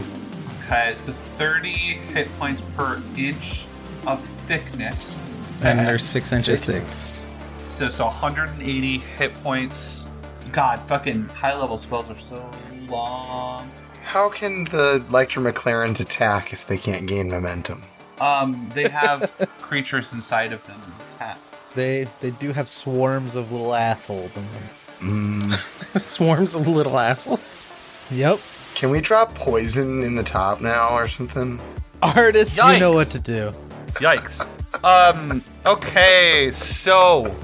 F: Okay, so 30 hit points per inch of thickness.
D: And they're six inches thick.
F: So, so 180 hit points. God, fucking high level spells are so long.
H: how can the Lecter McLarens attack if they can't gain momentum?
F: Um, they
H: [LAUGHS]
F: have creatures inside of them. Ah.
I: They they do have swarms of little assholes in them.
D: Mm. [LAUGHS] Swarms of little assholes.
I: Yep.
H: Can we drop poison in the top now or something?
I: Artists, you know what
F: Yikes.
I: to do.
F: Yikes. Um, okay, so.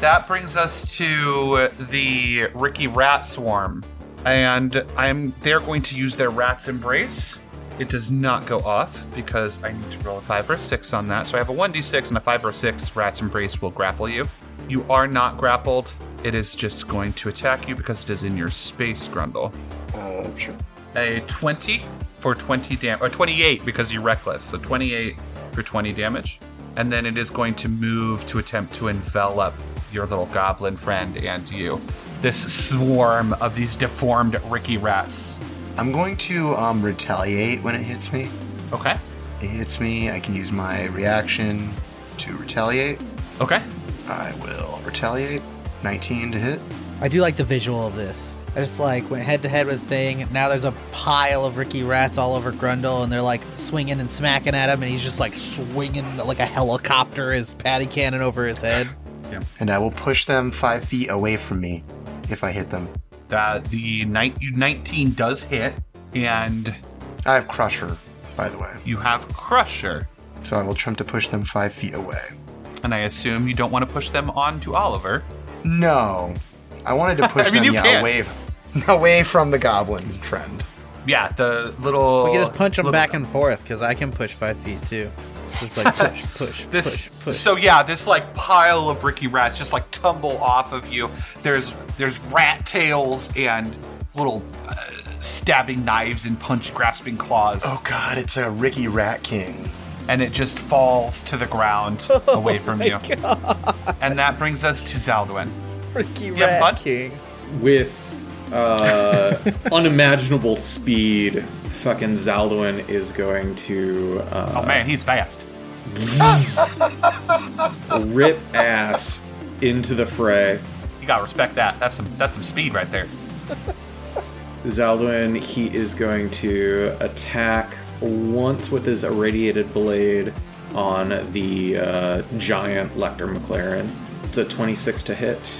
F: that brings us to the Ricky Rat Swarm. And I'm they're going to use their rat's embrace. It does not go off because I need to roll a five or a six on that. So I have a one d six and a five or a six. Rat's embrace will grapple you. You are not grappled. It is just going to attack you because it is in your space, Grundle.
E: Uh, sure.
F: A 20 for 20 damage, or 28 because you're reckless. So 28 for 20 damage. And then it is going to move to attempt to envelop your little goblin friend and you. This swarm of these deformed Ricky rats.
H: I'm going to um, retaliate when it hits me.
F: Okay.
H: It hits me. I can use my reaction to retaliate.
F: Okay.
H: I will retaliate. 19 to hit.
I: I do like the visual of this. I just like went head to head with Thing. Now there's a pile of Ricky rats all over Grundle, and they're like swinging and smacking at him, and he's just like swinging like a helicopter his patty cannon over his head.
H: And I will push them five feet away from me if I hit them.
F: That Uh, the nine- 19 does hit, and
H: I have Crusher, by the way.
F: you have Crusher.
H: So I will attempt to push them five feet away.
F: And I assume you don't want to push them on to Oliver.
H: No. I
F: [LAUGHS]
H: wanted to push
F: I mean,
H: them
F: you
H: yeah,
F: can.
H: away, [LAUGHS] away from the goblin friend.
F: Yeah, the little.
I: We can just punch him
F: little-
I: back and forth because I can push five feet too. Just like push, push,
F: This,
I: push, push.
F: so yeah, this like pile of Ricky rats just like tumble off of you. There's there's rat tails and little uh, stabbing knives and punch grasping claws,
H: Oh god, it's a Ricky Rat King.
F: and it just falls to
I: [LAUGHS]
F: the ground
I: Oh
F: away from you. And that brings us to Zaldwin.
I: Ricky
F: Yeah,
I: Rat
F: bud.
I: King.
G: with [LAUGHS] uh, unimaginable speed, fucking Zaldwin is going to
F: Oh
G: uh,
F: man, he's fast.
G: rip ass into the fray.
F: You gotta respect that. That's some that's some speed right there.
G: Zaldwin, he is going to attack once with his irradiated blade on the uh, giant Lecter McLaren. It's a 26 to hit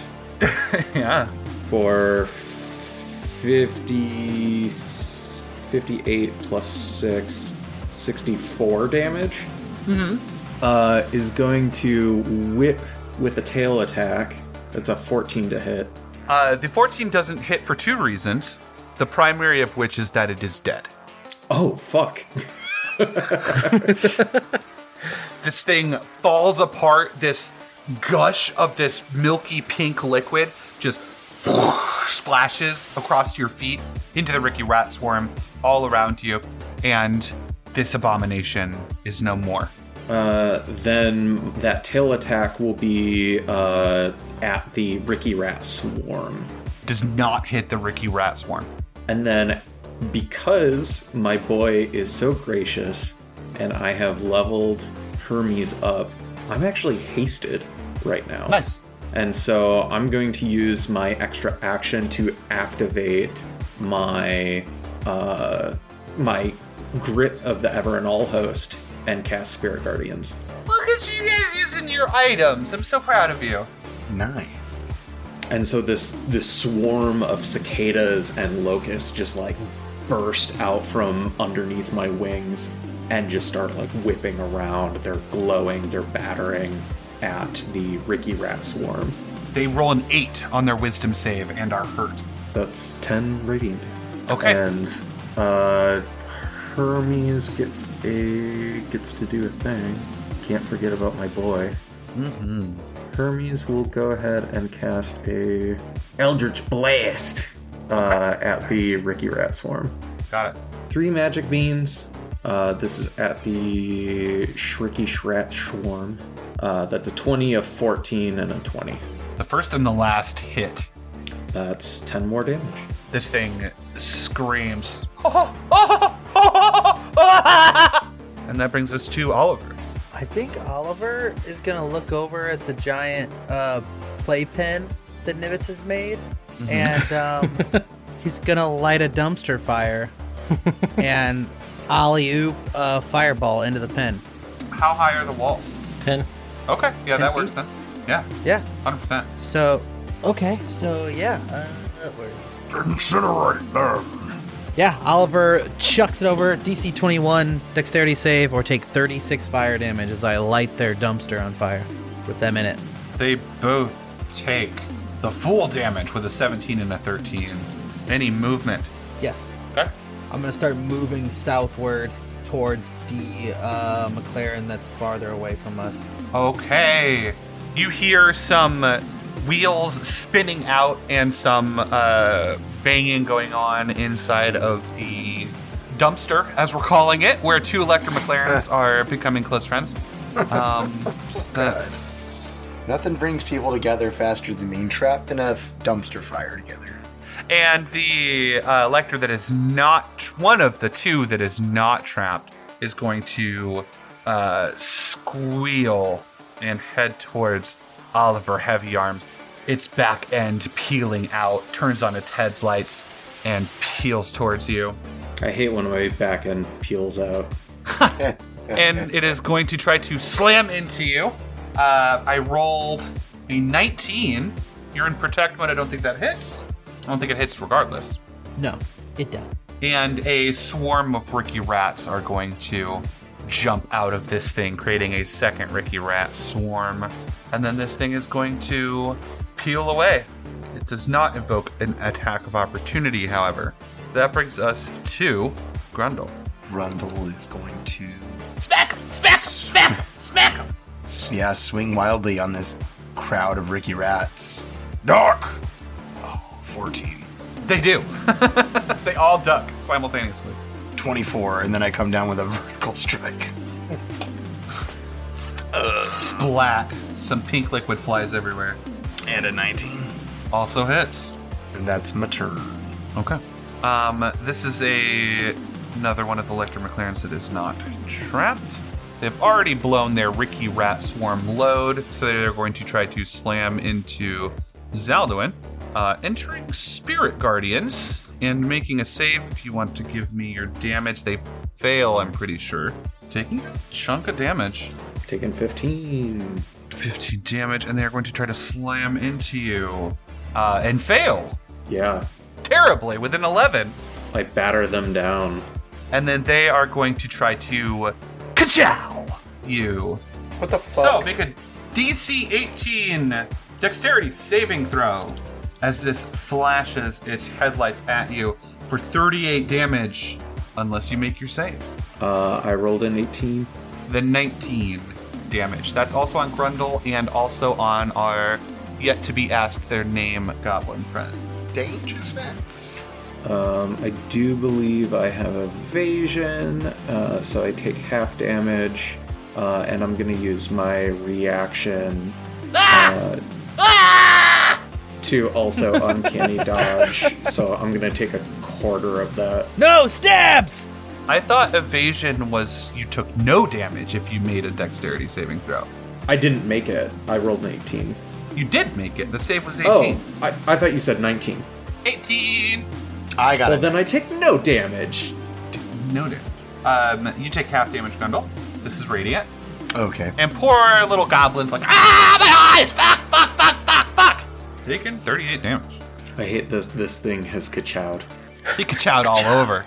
F: Yeah.
G: for 50, 58 plus 6, 64 damage. Mm-hmm. Uh, is going to whip with a tail attack. That's a 14 to hit.
F: Uh, the 14 doesn't hit for two reasons. The primary of which is that it is dead.
G: Oh, fuck. [LAUGHS]
F: This thing falls apart. This gush of this milky pink liquid just [SNIFFS] splashes across your feet into the Ricky Rat swarm all around you, and this abomination is no more.
G: Uh, then that tail attack will be uh, at the Ricky Rat swarm.
F: Does not hit the Ricky Rat swarm.
G: And then because my boy is so gracious and I have leveled Hermes up, I'm actually hasted right now.
F: Nice.
G: And so I'm going to use my extra action to activate my uh, my grip of the Ever and All host and cast Spirit Guardians.
F: Look at you guys using your items. I'm so proud of you.
H: Nice.
G: And so this this swarm of cicadas and locusts just like burst out from underneath my wings and just start like whipping around. They're glowing, they're battering at the Ricky Rat swarm.
F: They roll an eight on their wisdom save and are hurt.
G: That's 10 radiant.
F: Okay.
G: And uh Hermes gets a gets to do a thing. Can't forget about my boy. Hermes will go ahead and cast a Eldritch Blast uh, at the Ricky Rat Swarm.
F: Got it.
G: Three magic beans. Uh, this is at the Shricky Shrat Swarm. Uh, that's a 20, a 14, and a 20.
F: The first and the last hit.
G: That's 10 more damage.
F: This thing screams. and that brings us to Oliver.
I: I think Oliver is gonna look over at the giant uh, playpen that Nivitz has made, and [LAUGHS] um, he's gonna light a dumpster [LAUGHS] fire and ollie oop a fireball into the pen.
F: How high are the walls?
D: 10.
F: Okay, yeah, that works then. Yeah,
I: Yeah.
F: 100%.
I: So. Okay. So yeah. Uh, that works.
E: Incinerate them.
I: Yeah, Oliver chucks it over. DC 21, dexterity save, or take 36 fire damage as I light their dumpster on fire with them in it.
F: They both take the full damage with a 17 and a 13. Any movement.
I: Yes.
F: Okay.
I: I'm going to start moving southward towards the uh, McLaren that's farther away from us.
F: Okay. you hear some uh, wheels spinning out and some uh, banging going on inside of the dumpster, as we're calling it, where two Electra McLarens are becoming close friends. Um, that's,
R: Nothing brings people together faster than being trapped in a f- dumpster fire together.
F: and the uh, Electra that is not one of the two that is not trapped is going to uh, squeal and head towards Oliver Heavy Arms. Its back end peeling out, turns on its headlights, and peels towards you.
G: I hate when my back end peels out.
F: and it is going to try to slam into you. Uh, I rolled a 19. You're in protect mode. I don't think that hits. I don't think it hits regardless.
B: No, it does.
F: And a swarm of Ricky Rats are going to jump out of this thing, creating a second Ricky Rat swarm. And then this thing is going to peel away. It does not invoke an attack of opportunity, however. That brings us to Grundle.
H: Rundle is going to,
J: Smack him! Smack him! Smack him! Smack him!
H: s- yeah, swing wildly on this crowd of Ricky Rats.
E: Doc!
H: 14,
F: They do. [LAUGHS] they all duck simultaneously.
H: 24, and then I come down with a [LAUGHS] vertical strike.
F: Splat. Some pink liquid flies everywhere.
H: And a 19.
F: Also hits.
H: And that's my turn.
F: Okay. Um, this is a another one of the Lecter McLarens that is not trapped. They've already blown their Ricky Rat Swarm load, so they're going to try to slam into Zalduin. Uh, entering Spirit Guardians and making a save if you want to give me your damage. They fail, I'm pretty sure. Taking a chunk of damage.
G: Taking 15.
F: 50 damage, and they're going to try to slam into you uh, and fail
G: Yeah,
F: terribly with an 11.
G: I batter them down.
F: And then they are going to try to kachow you.
R: What the
F: So
R: fuck?
F: make a DC 18 dexterity saving throw as this flashes its headlights at you for 38 damage, unless you make your save.
G: Uh, I rolled an 18.
F: The 19 damage. That's also on Grundle and also on our yet to be asked their name goblin friend.
R: Danger sense.
G: Um, I do believe I have evasion, uh, so I take half damage, uh, and I'm going to use my reaction uh, to also uncanny dodge. So I'm going to take a quarter of that.
B: No stabs.
F: I thought evasion was you took no damage if you made a dexterity saving throw.
G: I didn't make it. I rolled an 18.
F: You did make it. The save was 18.
G: Oh, I, I thought you said 19.
F: 18!
R: I got
G: Well,
R: it.
G: then I take no damage.
F: No damage. Um, you take half damage, Gundle. This is radiant.
H: Okay.
F: And poor little goblin's like, ah!
J: Ah, my eyes! Fuck! Fuck! Fuck! Fuck! Fuck!
F: Taking 38 damage.
G: I hate this. This thing has kachowed.
F: He kachowed all over.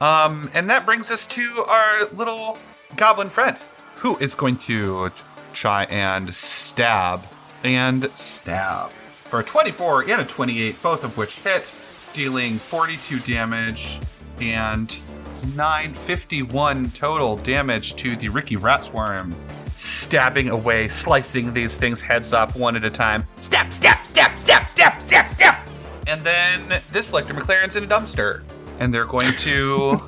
F: Um, and that brings us to our little goblin friend, who is going to try and stab and stab for a 24 and a 28, both of which hit, dealing 42 damage and 951 total damage to the Ricky Ratsworm, stabbing away, slicing these things' heads off one at a time.
J: Step! Step! Step! Step! Step! Step! Step!
F: And then this Lecter McLaren's in a dumpster. And they're going to.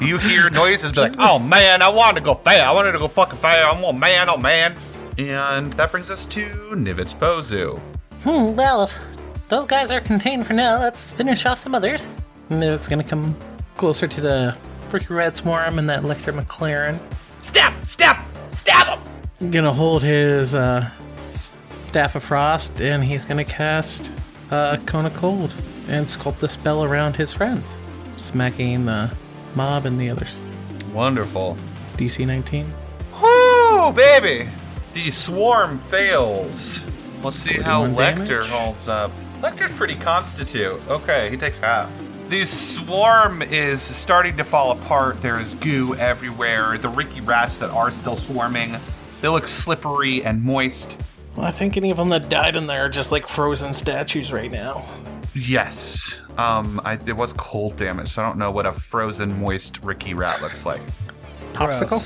F: you hear noises be like, oh man, I wanted to go fail. I wanted to go fucking fail. I'm one man, oh man. And that brings us to Nivitz Bozu.
D: Hmm, well, those guys are contained for now. Let's finish off some others. And it's gonna come closer to the Bricky Red Swarm and that Lecter McLaren.
J: Step! Step! Stab him!
D: gonna hold his uh, staff of frost and he's gonna cast uh, cone of cold and sculpt a spell around his friends smacking the mob and the others
F: Wonderful.
D: dc 19
F: Whoo, baby! The swarm fails. Let's see how
D: 41
F: Lecter
D: damage.
F: holds up. Lecter's pretty constitute. Okay, he takes half. The swarm is starting to fall apart. There is goo everywhere. The Ricky rats that are still swarming, they look slippery and moist.
D: well, i think any of them that died in there are just like frozen statues right now
F: Yes. Um, I, it was cold damage, so I don't know what a frozen, moist Ricky rat looks like.
D: popsicle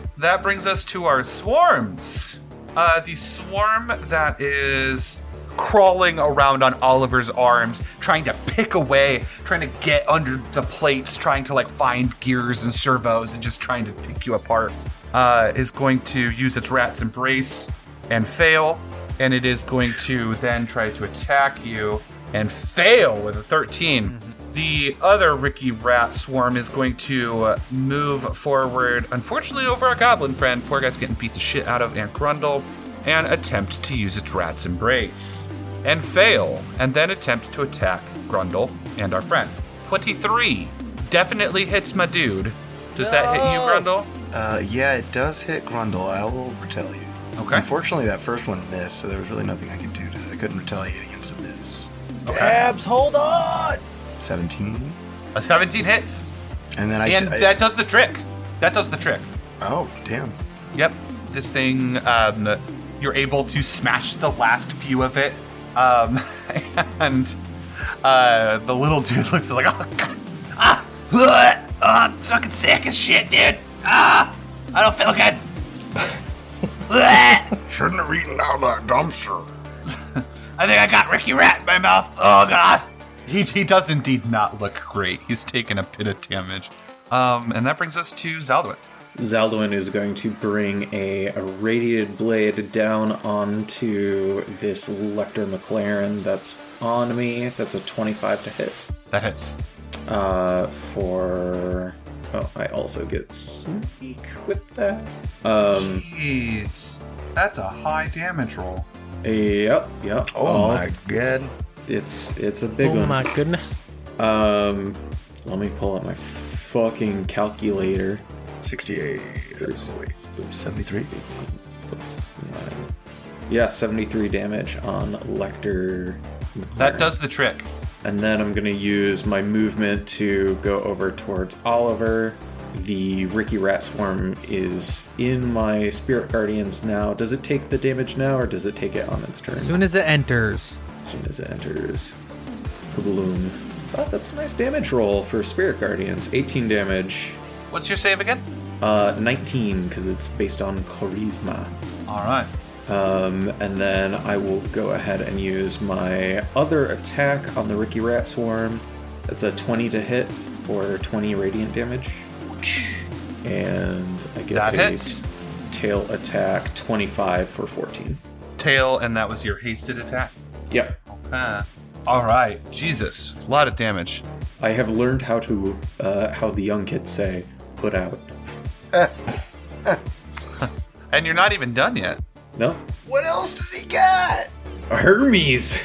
F: [LAUGHS] that brings us to our swarms. Uh, the swarm that is crawling around on Oliver's arms, trying to pick away, trying to get under the plates, trying to like find gears and servos, and just trying to pick you apart, uh, is going to use its rat's embrace and fail, and it is going to then try to attack you and fail with a 13. The other Ricky Rat swarm is going to uh, move forward, unfortunately, over our goblin friend. Poor guy's getting beat the shit out of Aunt Grundle, and attempt to use its rat's embrace. And fail, and then attempt to attack Grundle and our friend. 23 definitely hits my dude. Does that hit you, Grundle?
H: Uh, yeah, it does hit Grundle. I will retell you.
F: Okay.
H: Unfortunately, that first one missed, so there was really nothing I could do to I couldn't retaliate against a miss.
A: Abs, hold on.
H: 17.
F: A 17 hits.
H: And then I.
F: and
H: I-
F: that does the trick. That does the trick.
H: oh, damn.
F: Yep. This thing, um, you're able to smash the last few of it. Um, [LAUGHS] and uh, the little dude [LAUGHS] looks like, oh, God. ah,
J: Ah, bleh, oh, I'm fucking sick as shit, dude. Ah, I don't
F: [LAUGHS]
J: feel good. Bleh.
E: Shouldn't have eaten out of that dumpster.
J: I think I got Ricky Rat in my mouth.
F: Oh god. He, he does indeed not look great. He's taken a bit of damage. Um, and that brings us to Zaldwin.
G: Zaldwin is going to bring a, a radiated blade down onto this Lecter McLaren that's on me. That's a 25 to hit.
F: That hits.
G: Uh, for. Oh, I also get sneak with that. Um,
F: Jeez. That's a high damage roll.
G: yep, yep.
H: Oh my god.
G: It's it's a big
D: oh
G: one.
D: my goodness.
G: Um, let me pull up my fucking calculator.
H: 68. Oh, wait. 73.
G: Yeah, 73 damage on Lecter.
F: That does the trick.
G: And then I'm going to use my movement to go over towards Oliver. The Ricky Rat Swarm is in my Spirit Guardians now. Does it take the damage now, or does it take it on its turn?
I: As soon as it enters.
G: As soon as it enters. Kabloom. Oh, that's a nice damage roll for Spirit Guardians. 18 damage.
F: What's your save again?
G: Uh, 19, because it's based on charisma.
F: All right.
G: Um, and then I will go ahead and use my other attack on the Ricky Rat Swarm. That's a 20 to hit for 20 radiant damage. And I get
F: That
G: a
F: hits.
G: tail attack 25 for 14.
F: Tail, and that was your hasted attack.
G: Yep.
F: Huh. All right. Jesus. A lot of damage.
G: I have learned how to, uh, how the young kids say, put out.
F: And you're not even done yet.
G: No?
R: What else does he got?
G: Hermes!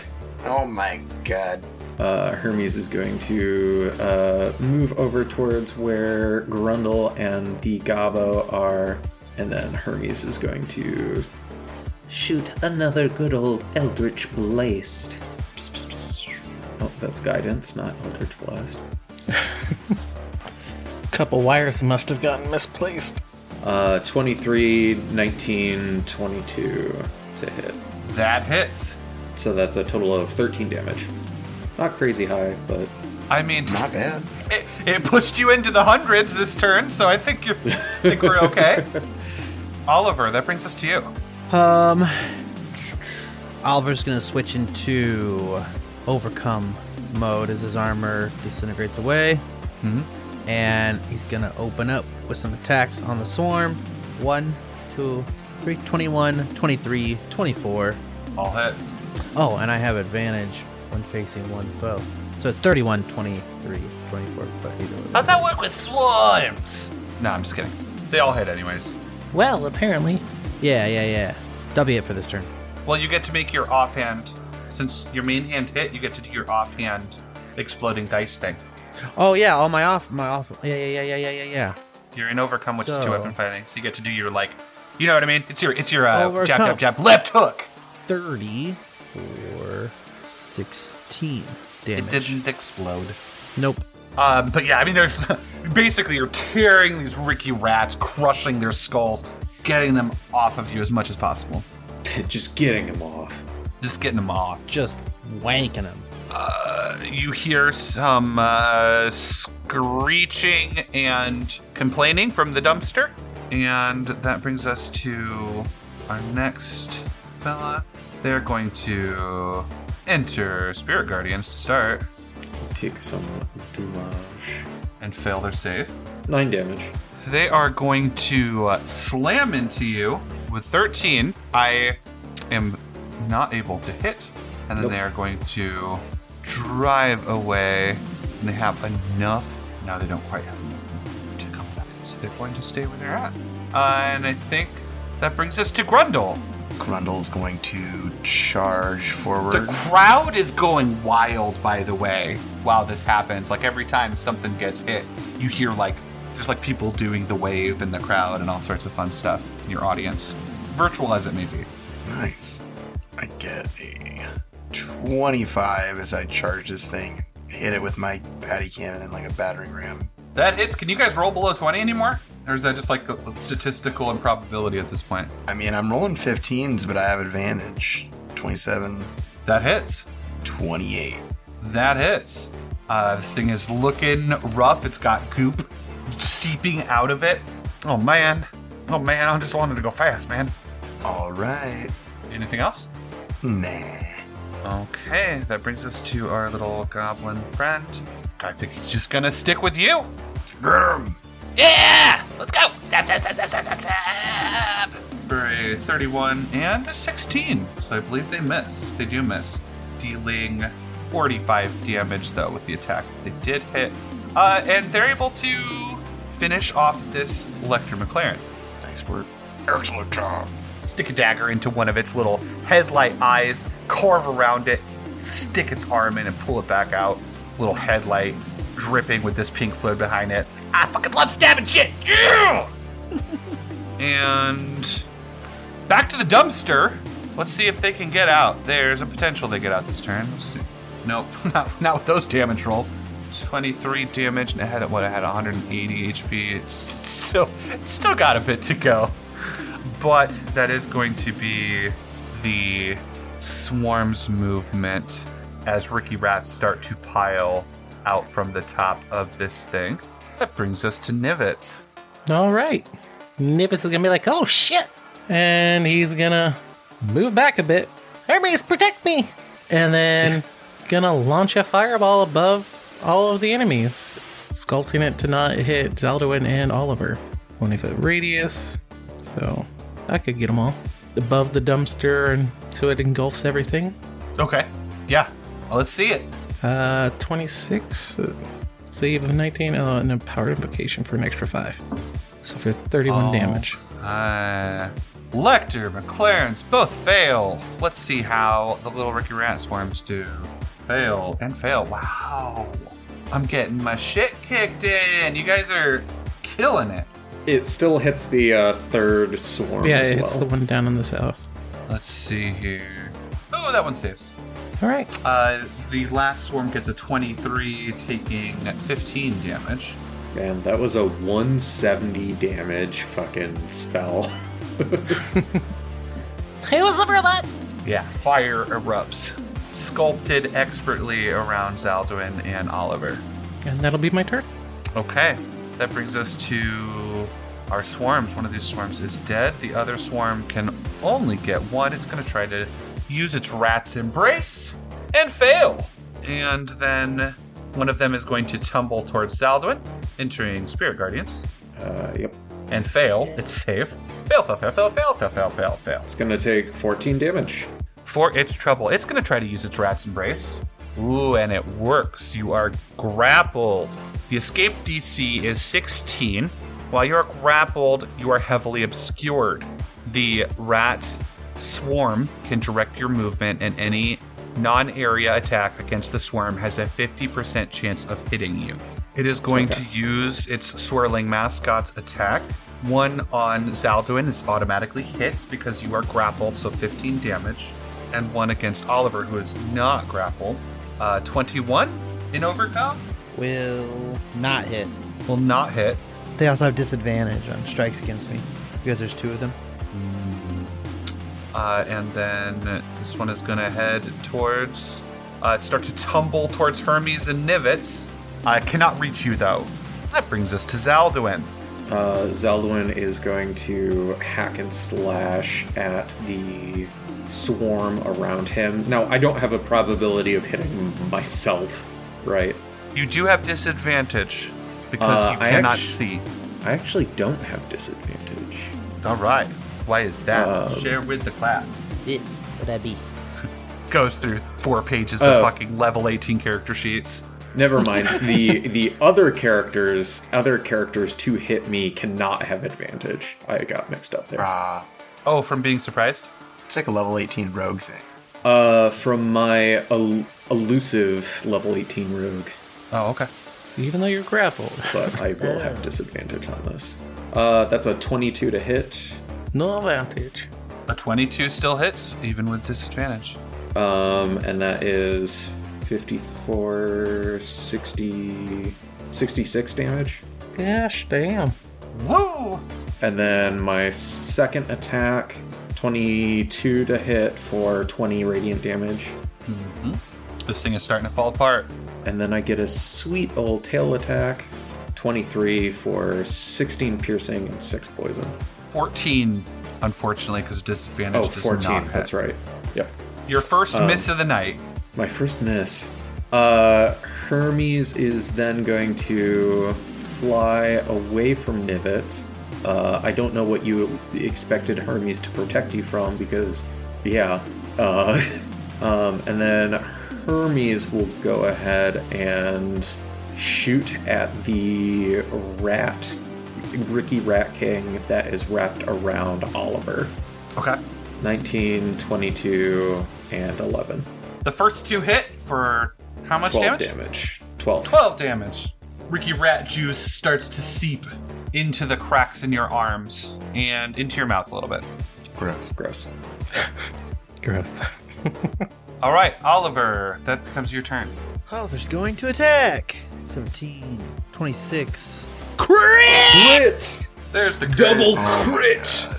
R: Oh my god.
G: Uh, Hermes is going to uh, move over towards where Grundle and the Gabo are, and then Hermes is going to shoot another good old Eldritch Blast. Oh, that's guidance, not Eldritch Blast.
D: Couple wires must have gotten misplaced.
G: Uh, 23, 19, 22 to hit.
F: That hits.
G: So that's a total of 13 damage. Not crazy high, but [LAUGHS]
F: I mean,
R: Not bad.
F: it, it pushed you into the hundreds this turn, so I think you're I think we're okay. Oliver, that brings us to you.
I: Um, Oliver's gonna switch into overcome mode as his armor disintegrates away,
F: Mhm.
I: and he's gonna open up with some attacks on the swarm. One, two, three, 21, 23, 24.
F: All hit.
I: Oh, and I have advantage when facing one foe. So it's 31, 23, 24. But either way.
J: How's that work with swarms?
F: No, I'm just kidding. They all hit anyways.
D: Well, apparently.
I: Yeah, yeah, yeah. That'll be it for this turn.
F: Well, you get to make your offhand. Since your main hand hit, you get to do your offhand exploding dice thing.
I: Oh yeah, all my off, my off. Yeah, yeah, yeah, yeah, yeah, yeah.
F: You're in overcome, which is two
I: So-
F: weapon fighting, so you get to do your like, you know what I mean? It's your it's your uh, jab
I: Overcome.
F: jab jab left hook.
I: 30 for 16
F: It
I: damage.
F: didn't explode.
I: Nope.
F: Um, but yeah, I mean, there's [LAUGHS] basically you're tearing these Ricky rats, crushing their skulls, getting them off of you as much as possible,
G: just getting him off.
F: just getting them off.
I: Just wanking him.
F: you hear some uh, screeching and complaining from the dumpster. And that brings us to our next fella. They're going to enter Spirit Guardians to start.
G: Take some damage.
F: And fail their save.
G: Nine damage.
F: They are going to uh, slam into you with 13. I am not able to hit. And then they are going to drive away. And they have enough. No, they don't quite have enough to come back. So they're going to stay where they're at. Uh, and I think that brings us to Grundle.
H: Grundle's going to charge forward.
F: The crowd is going wild, by the way, while this happens. Like every time something gets hit, you hear like there's like people doing the wave in the crowd and all sorts of fun stuff in your audience, virtual as it may be.
H: Nice. I get a 25 as I charge this thing, hit it with my patty cannon and like a battering ram.
F: That hits. Can you guys roll below 20 anymore? Or is that just like a- a statistical improbability at this point?
H: I mean, I'm rolling 15s, but I have advantage. 27,
F: That hits.
H: 28.
F: That hits. Uh, this thing is looking rough. It's got goop seeping out of it. Oh man. Oh man, I just wanted to go fast, man.
H: All right.
F: Anything else?
H: Nah.
F: Okay, that brings us to our little goblin friend. I think he's just gonna stick with you.
H: Get him!
J: Yeah! Let's go! Stab, stab, stab, stab, stab, stab, stab!
F: For a 31 and a 16. So I believe they miss. They do miss. Dealing 45 damage, though, with the attack that they did hit. Uh, and they're able to finish off this Electra McLaren.
H: Nice work.
E: Excellent job.
F: stick a dagger into one of its little headlight eyes, carve around it, stick its arm in, and pull it back out. Little headlight dripping with this pink flood behind it.
J: I fucking love stabbing shit! Yeah!
F: [LAUGHS] And back to the dumpster. Let's see if they can get out. There's a potential they get out this turn. Let's see. Nope, [LAUGHS] not, not with those damage rolls. 23 damage, and I had what I had 180 HP. It's still, it's still got a bit to go, but that is going to be the swarm's movement as Ricky Rats start to pile out from the top of this thing. That brings us to Nivets.
D: All right. Nivis is gonna be like, oh shit. And he's gonna move back a bit. Hermes, protect me!
S: [LAUGHS]
D: And then gonna launch a fireball above all of the enemies, sculpting it to not hit Zaldwin and Oliver. 20 foot radius. So I could get them all. Above the dumpster, and so it engulfs everything.
F: Okay, yeah, let's see it.
D: Uh, 26. uh, Save of 19. Oh, and a power invocation for an extra 5. So for 31
F: Oh.
D: damage.
F: Uh, Lecter, McLaren's both fail. Let's see how the little Ricky Rat swarms do. Fail and fail. Wow. I'm getting my shit kicked in. You guys are killing it.
G: It still hits the uh, third swarm
D: Yeah,
G: as well.
D: it's the one down in the south.
F: Let's see here. Oh, that one saves.
D: All right.
F: Uh, the last swarm gets a 23, taking 15 damage.
G: Man, that was a 170 damage fucking spell. [LAUGHS]
S: Hey, was the robot?
F: Yeah, fire erupts, sculpted expertly around Zaldwin and Oliver.
D: And that'll be my turn.
F: Okay, that brings us to our swarms. One of these swarms is dead. The other swarm can only get one. It's going to try to use its rat's embrace and fail. And then one of them is going to tumble towards Zaldwin, entering Spirit Guardians,
G: Uh, yep.
F: and fail. It's safe. Fail, fail, fail, fail, fail, fail, fail, fail, fail.
G: It's gonna take 14 damage.
F: For its trouble, it's going to try to use its rat's embrace. Ooh, and it works. You are grappled. The escape DC is 16. While you are grappled, you are heavily obscured. The rat's swarm can direct your movement, and any non area attack against the swarm has a 50% chance of hitting you. It is going to use its swirling mascot's attack. One on Zaldwin is automatically hit because you are grappled, so 15 damage, and one against Oliver, who is not grappled. Uh, 21 in overcome
B: Will not hit.
F: will not hit.
B: They also have disadvantage on strikes against me because there's two of them.
F: Uh, and then this one is going to head towards, uh, start to tumble towards Hermes and Nivets. I cannot reach you though. That brings us to Zaldwin.
G: Uh, Zaldwin is going to hack and slash at the swarm around him. Now, I don't have a probability of hitting myself, right?
F: You do have disadvantage because
G: Uh,
F: you
G: I
F: cannot
G: actu-
F: see.
G: I actually don't have disadvantage.
F: All right. Why is that?
G: Uh,
F: Share with the class.
B: It would that be?
F: Goes through four pages
G: Oh.
F: of fucking level 18 character sheets.
G: Never mind. the the other characters, other characters to hit me cannot have advantage. I got mixed up there.
F: Oh, from being surprised?
H: It's like a level 18 rogue thing.
G: Uh, from my el- elusive level 18 rogue.
F: Oh, okay.
D: Even though you're grappled.
G: But I will have disadvantage on this. Uh, that's a 22 to hit.
D: No advantage.
F: A 22 still hits, even with disadvantage.
G: Um, and that is 54, 60, 66 damage.
D: Gosh, damn.
F: Whoa!
G: And then my second attack, 22 to hit for 20 radiant damage.
F: This thing is starting to fall apart.
G: And then I get a sweet old tail attack, 23 for 16 piercing and 6 poison.
F: 14, unfortunately, because disadvantage
G: oh,
F: does
G: 14,
F: not hit.
G: that's right. Yep.
F: Your first
G: Um,
F: miss of the night.
G: My first miss. Uh, Hermes is then going to fly away from Nivets. Uh, I don't know what you expected Hermes to protect you from because, yeah. Uh, [LAUGHS] um, and then Hermes will go ahead and shoot at the rat, Ricky Rat King, that is wrapped around Oliver.
F: Okay.
G: 19, 22, and 11.
F: The first two hit for how much
G: 12
F: damage?
G: 12.
F: 12 damage. Ricky Rat juice starts to seep into the cracks in your arms and into your mouth a little bit.
H: Gross.
G: Gross.
D: Gross.
F: All right, Oliver, that becomes your turn.
B: Oliver's going to attack. 17, 26.
G: Crit!
F: There's the crit.
G: crit!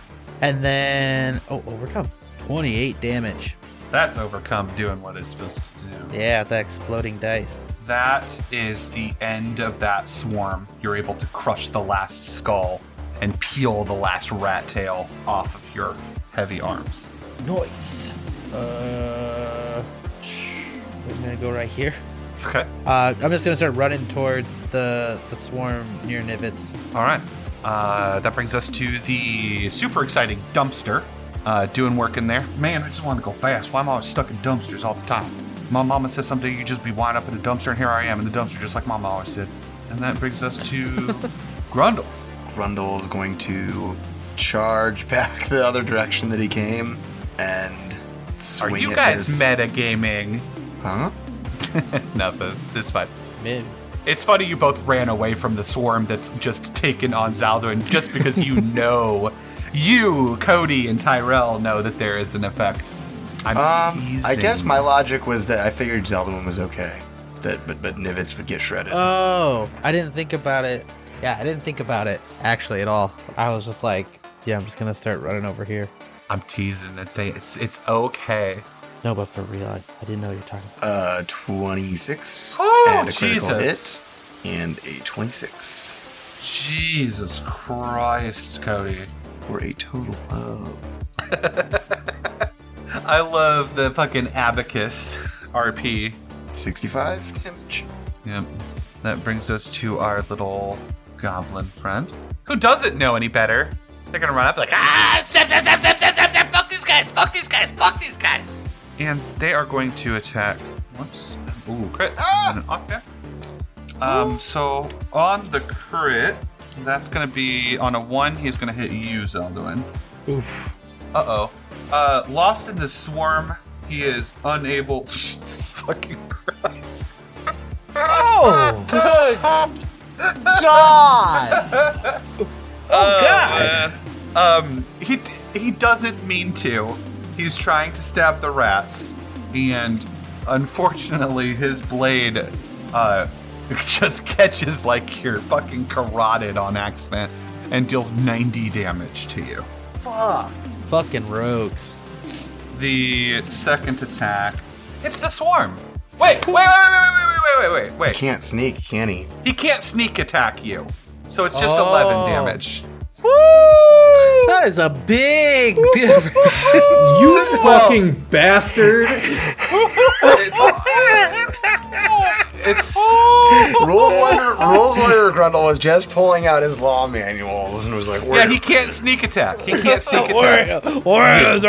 B: And then, oh, overcome. 28 damage.
F: That's overcome doing what it's supposed to do.
B: Yeah, the exploding dice.
F: That is the end of that swarm. You're able to crush the last skull and peel the last rat tail off of your heavy arms.
B: Noise. Uh, I'm gonna go right here.
F: Okay.
B: Uh, I'm just gonna start running towards the the swarm near Nivets.
F: All right. Uh, that brings us to the super exciting dumpster. Uh, doing work in there. Man, I just want to go fast. Why am I always stuck in dumpsters all the time? My mama said someday you just be wound up in a dumpster, and here I am in the dumpster, just like mama always said. And that brings us [LAUGHS] to Grundle.
H: Grundle is going to charge [LAUGHS] back the other direction that he came and
F: Are
H: swing
F: you
H: at
F: guys
H: his-
F: metagaming?
H: Huh?
F: Nothing. This is fine.
B: Mid.
F: It's funny you both ran away from the swarm that's just taken on Zaldwin just because [LAUGHS] you know, you, Cody, and Tyrell know that there is an effect. I'm
H: Um, I
F: teasing.
H: guess my logic was that I figured Zeldwin was okay, that but but Nivets would get shredded.
F: Uh,
B: Oh, I didn't think about it. Yeah, I didn't think about it actually at all. I was just like, yeah, I'm just gonna start running over here.
F: I'm teasing and saying it's it's okay.
B: No, but for real, I, I didn't know you're talking.
H: Uh, 26
F: Oh,
H: and a critical
F: Jesus.
H: hit and a 26
F: Jesus Christ, Cody.
H: for a total of
F: I love the fucking abacus RP.
H: 65 damage.
F: Yep. That brings us to our little goblin friend who doesn't know any better. They're gonna run up like, ah!
J: Ah, zap, zap, zap, zap, zap, zap, zap, fuck these guys, fuck these guys, fuck these guys.
F: And they are going to attack. Whoops. Ooh, crit. Ah! And then off, yeah. Um, so on the crit, that's going to be on a one. He's going to hit you, Zeldwin.
D: Oof.
F: Uh oh. Uh, lost in the swarm. He is unable. [LAUGHS] Jesus fucking Christ.
B: Oh, good God!
F: Oh god. um, he d- he doesn't mean to. He's trying to stab the rats, and unfortunately, his blade uh [LAUGHS] just catches like your fucking carotid on accident and deals 90 damage to you.
B: Fucking
D: [GASPS]
B: rogues.
F: The second attack. It's the swarm. Wait, wait, wait, wait, wait, wait, wait, wait, wait,
H: He
F: wait.
H: can't sneak, can he?
F: He can't sneak attack you. So it's just 11 damage.
D: That is a big [LAUGHS] difference.
H: [LAUGHS]
C: you fucking bastard.
F: It's
R: rules lawyer. Rules lawyer Grundle was just pulling out his law manuals and was like, "We're
F: Yeah, he can't sneak attack. He can't sneak attack.
B: Something's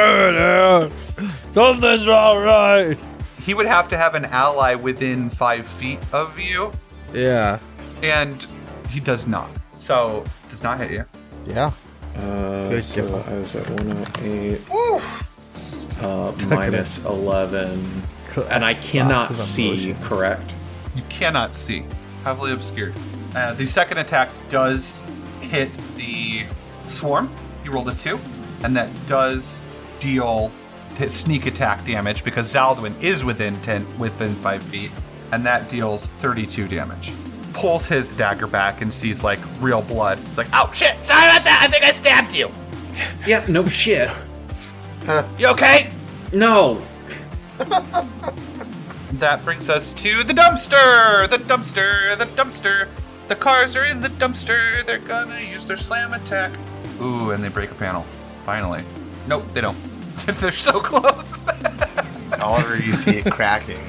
B: not right.
F: He would have to have an ally within five feet of you,
T: Yeah.
F: and he does not. So does not hit you.
T: Yeah.
G: Uh,
T: Good
G: so
T: job.
G: I was at 108. Uh, oh minus 11. And I cannot
F: Lots of
G: see, correct?
F: You cannot see. Heavily obscured. Uh, the second attack does hit the swarm. You rolled a two, and that does deal t- sneak attack damage because Zaldwin is within ten, within five feet, and that deals thirty-two damage. Pulls his dagger back and sees like real blood. It's like, ouch!
J: Shit, sorry about that. I think I stabbed you.
G: Yeah, no shit.
J: You okay?
G: No.
F: That brings us to the dumpster! The dumpster! The dumpster! The cars are in the dumpster! They're gonna use their slam attack. Ooh, and they break a panel. Finally. Nope, they don't. [LAUGHS] They're so close. [LAUGHS]
H: Oliver, you see it cracking.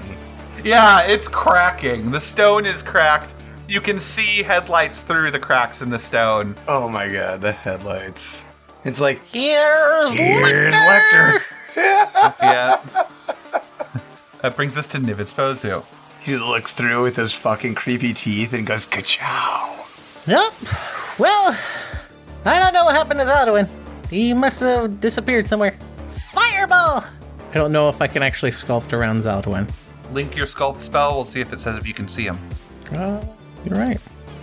F: yeah, it's cracking. The stone is cracked. You can see headlights through the cracks in the stone.
H: Oh my god, the headlights. It's like
F: Oh
S: Here's,
H: here's
S: Lecter.
H: Lecter.
F: yeah. that brings us to Nivet's Bozu.
H: He looks through with his fucking creepy teeth and goes ka-chow.
D: Yep. Well, I don't know what happened to Zodwin. He must have disappeared somewhere.
S: Fireball.
D: I don't know if I can actually sculpt around Zaldwin.
F: Link your sculpt spell. We'll see if it says if you can see him.
D: Uh, you're right.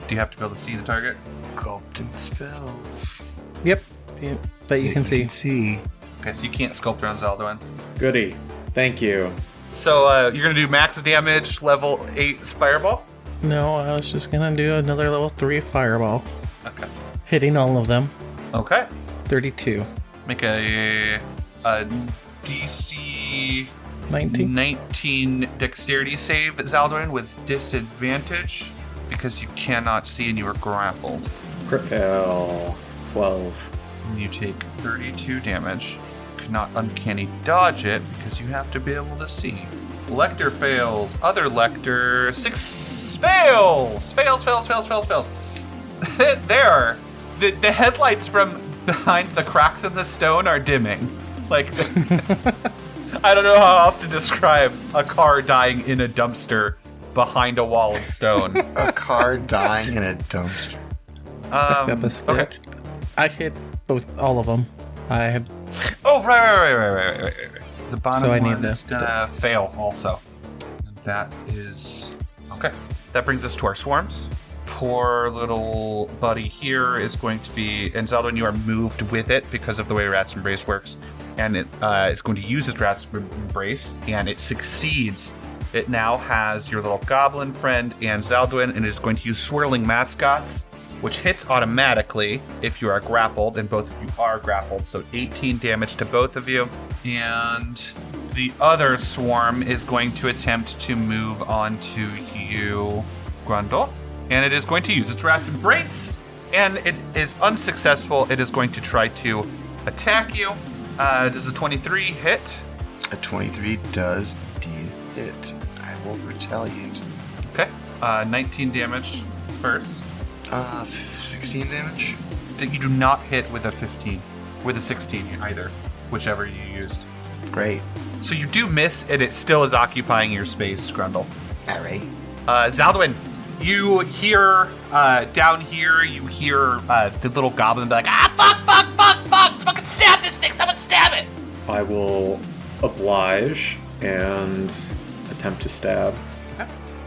F: Do you have to be able to see the target?
H: Gulped in spells.
D: Yep. yep. But you can see.
H: see.
F: Okay, so you can't sculpt around Zaldwin.
G: Goody. Thank you.
F: So uh, you're gonna do max damage, level eight fireball.
D: No, I was just gonna do another level three fireball,
F: Okay.
D: hitting all of them.
F: Okay.
D: Thirty-two.
F: Make a, a DC
D: 19?
F: 19 dexterity save, Zaldwin, with disadvantage because you cannot see and you are grappled.
G: Crit fail. 12.
F: And you take 32 damage. You cannot uncanny dodge it because you have to be able to see. Lecter fails. Other Lecter six fails. Fails. Fails. Fails. Fails. Fails. [LAUGHS] there, the, the headlights from behind the cracks in the stone are dimming. Like, [LAUGHS] I don't know how else to describe a car dying in a dumpster behind a wall of stone.
D: [LAUGHS]
H: A car dying in a dumpster.
F: Um,
D: Up a
F: okay.
D: stitch. I hit both all of them. I had
F: Oh, right, right, right, right, right, right, right, right. The bottom
D: So I
F: one
D: need the-
F: is gonna fail also. That is okay. That brings us to our swarms. Poor little buddy here is going to be, and Zeldon, you are moved with it because of the way Rat's Embrace works, and it uh, is going to use its Rat's Embrace, and it succeeds. It now has your little goblin friend and Zaldwin, and it is going to use Swirling Mascots, which hits automatically if you are grappled, and both of you are grappled. So 18 damage to both of you. And the other swarm is going to attempt to move on to you, Grundle. And it is going to use its rat's embrace. And it is unsuccessful. It is going to try to attack you. Uh, does a 23 hit?
H: A 23 does indeed hit. I will retaliate.
F: Okay. Uh, 19 damage first.
H: Uh, f- 16 damage?
F: D- You do not hit with a 15, with a 16 either, whichever you used.
H: Great.
F: So you do miss, and it still is occupying your space, Grundle.
H: All right.
F: Uh, Zaldwin, you hear uh, down here, you hear uh, the little goblin be like, ah,
J: Fuck, fuck, fuck, fuck. Fucking stab this thing. Someone stab it.
G: I will oblige and attempt to stab.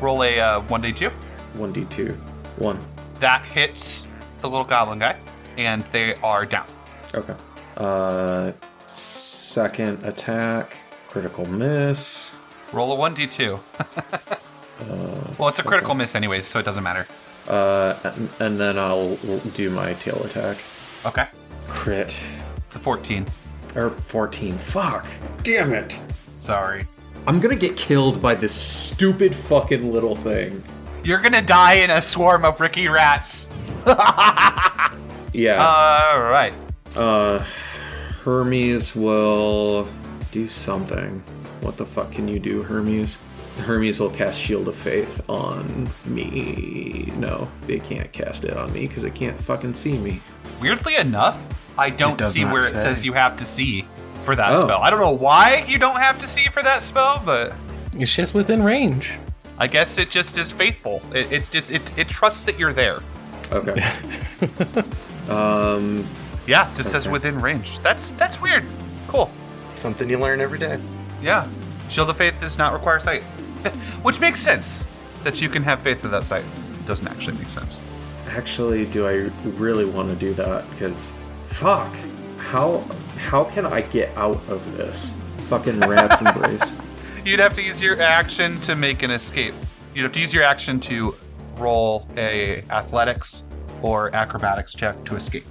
F: roll a uh, 1d2.
G: 1d2. 1.
F: That hits the little goblin guy, and they are down.
G: Okay. Uh, second attack. Critical miss.
F: Roll a 1d2. [LAUGHS] Uh, well, it's a critical miss, anyways, so it doesn't matter.
G: Uh, and, and then I'll do my tail attack.
F: Okay.
G: Crit.
F: It's a 14.
G: Or 14. Fuck. Damn it.
F: Sorry.
G: I'm gonna get killed by this stupid fucking little thing.
F: You're gonna die in a swarm of Ricky rats.
G: Yeah.
F: All right.
G: Uh, Hermes will do something. What the fuck can you do, Hermes? Hermes will cast Shield of Faith on me. No, they can't cast it on me because they can't fucking see me.
F: Weirdly enough, I don't
G: does
F: see
G: not
F: where it
G: say.
F: says you have to see for that
G: Oh.
F: spell. I don't know why you don't have to see for that spell, but
D: It's just within range.
F: I guess it just is faithful. It, it's just it, it trusts that you're there.
G: Okay. um.
F: Yeah, just says within range. That's that's weird. Cool.
R: Something you learn every day.
F: Yeah, Shield of Faith does not require sight, [LAUGHS] which makes sense that you can have faith without sight. Doesn't actually make sense.
G: Actually, do I really want to do that? Because fuck, how how can I get out of this fucking rat's embrace?
F: You'd have to use your action to make an escape. You'd have to use your action to roll a athletics or acrobatics check to escape.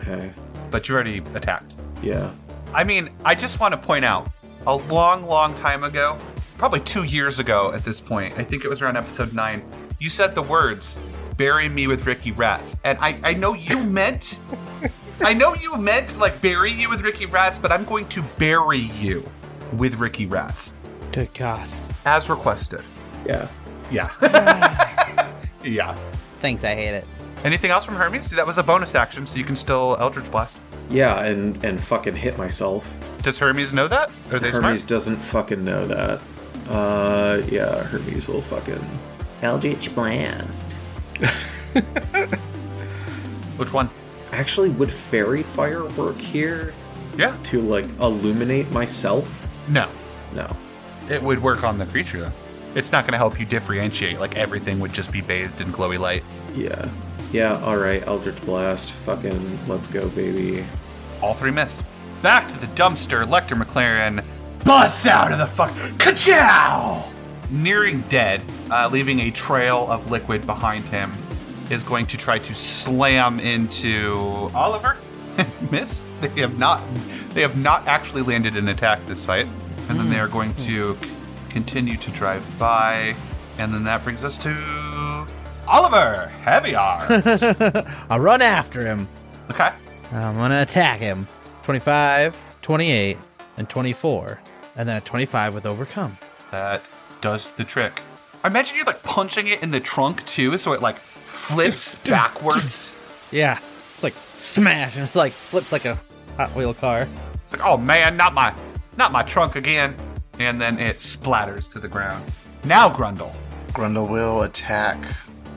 G: Okay.
F: But you already attacked.
G: Yeah.
F: I mean, I just want to point out a long, long time ago, probably two years ago at this point, I think it was around episode nine, you said the words, bury me with Ricky Rats. And I, I know
A: [LAUGHS]
F: you meant, I know you meant like bury you with Ricky Rats, but I'm going to bury you with Ricky Rats
A: Good God.
F: as requested.
G: Yeah.
A: [SIGHS]
F: Yeah. [LAUGHS] yeah.
I: Thanks, I hate it.
F: Anything else from Hermes? That was a bonus action, so you can still Eldritch Blast.
G: Yeah, and and fucking hit myself.
F: Does Hermes know that? Are they
G: Hermes
F: smart?
G: doesn't fucking know that. Uh, yeah, Hermes will fucking Eldritch Blast.
F: Which one?
G: Actually, would fairy fire work here?
F: Yeah.
G: To like illuminate myself?
F: No.
G: No.
F: It would work on the creature, though. It's not going to help you differentiate. Like, everything would just be bathed in glowy light.
G: Yeah. Yeah, alright, Eldritch Blast. Fucking let's go, baby.
F: All three miss. Back to the dumpster, Lecter McLaren busts out of the fuck. Ka-chow! Nearing dead, uh, leaving a trail of liquid behind him, is going to try to slam into Oliver. [LAUGHS] miss. They have not. They have not actually landed an attack this fight, and then they are going to c- continue to drive by, and then that brings us to Oliver Heavy Arms.
I: I run after him.
F: Okay.
I: I'm gonna attack him. 25, 28, and 24, and then a 25 with overcome.
F: That does the trick. I imagine you're like punching it in the trunk too, so it like flips backwards.
I: Yeah, it's like smash, and it's like flips like a Hot Wheel car.
F: It's like, oh man, not my, not my trunk again. And then it splatters to the ground. Now Grundle.
H: Grundle will attack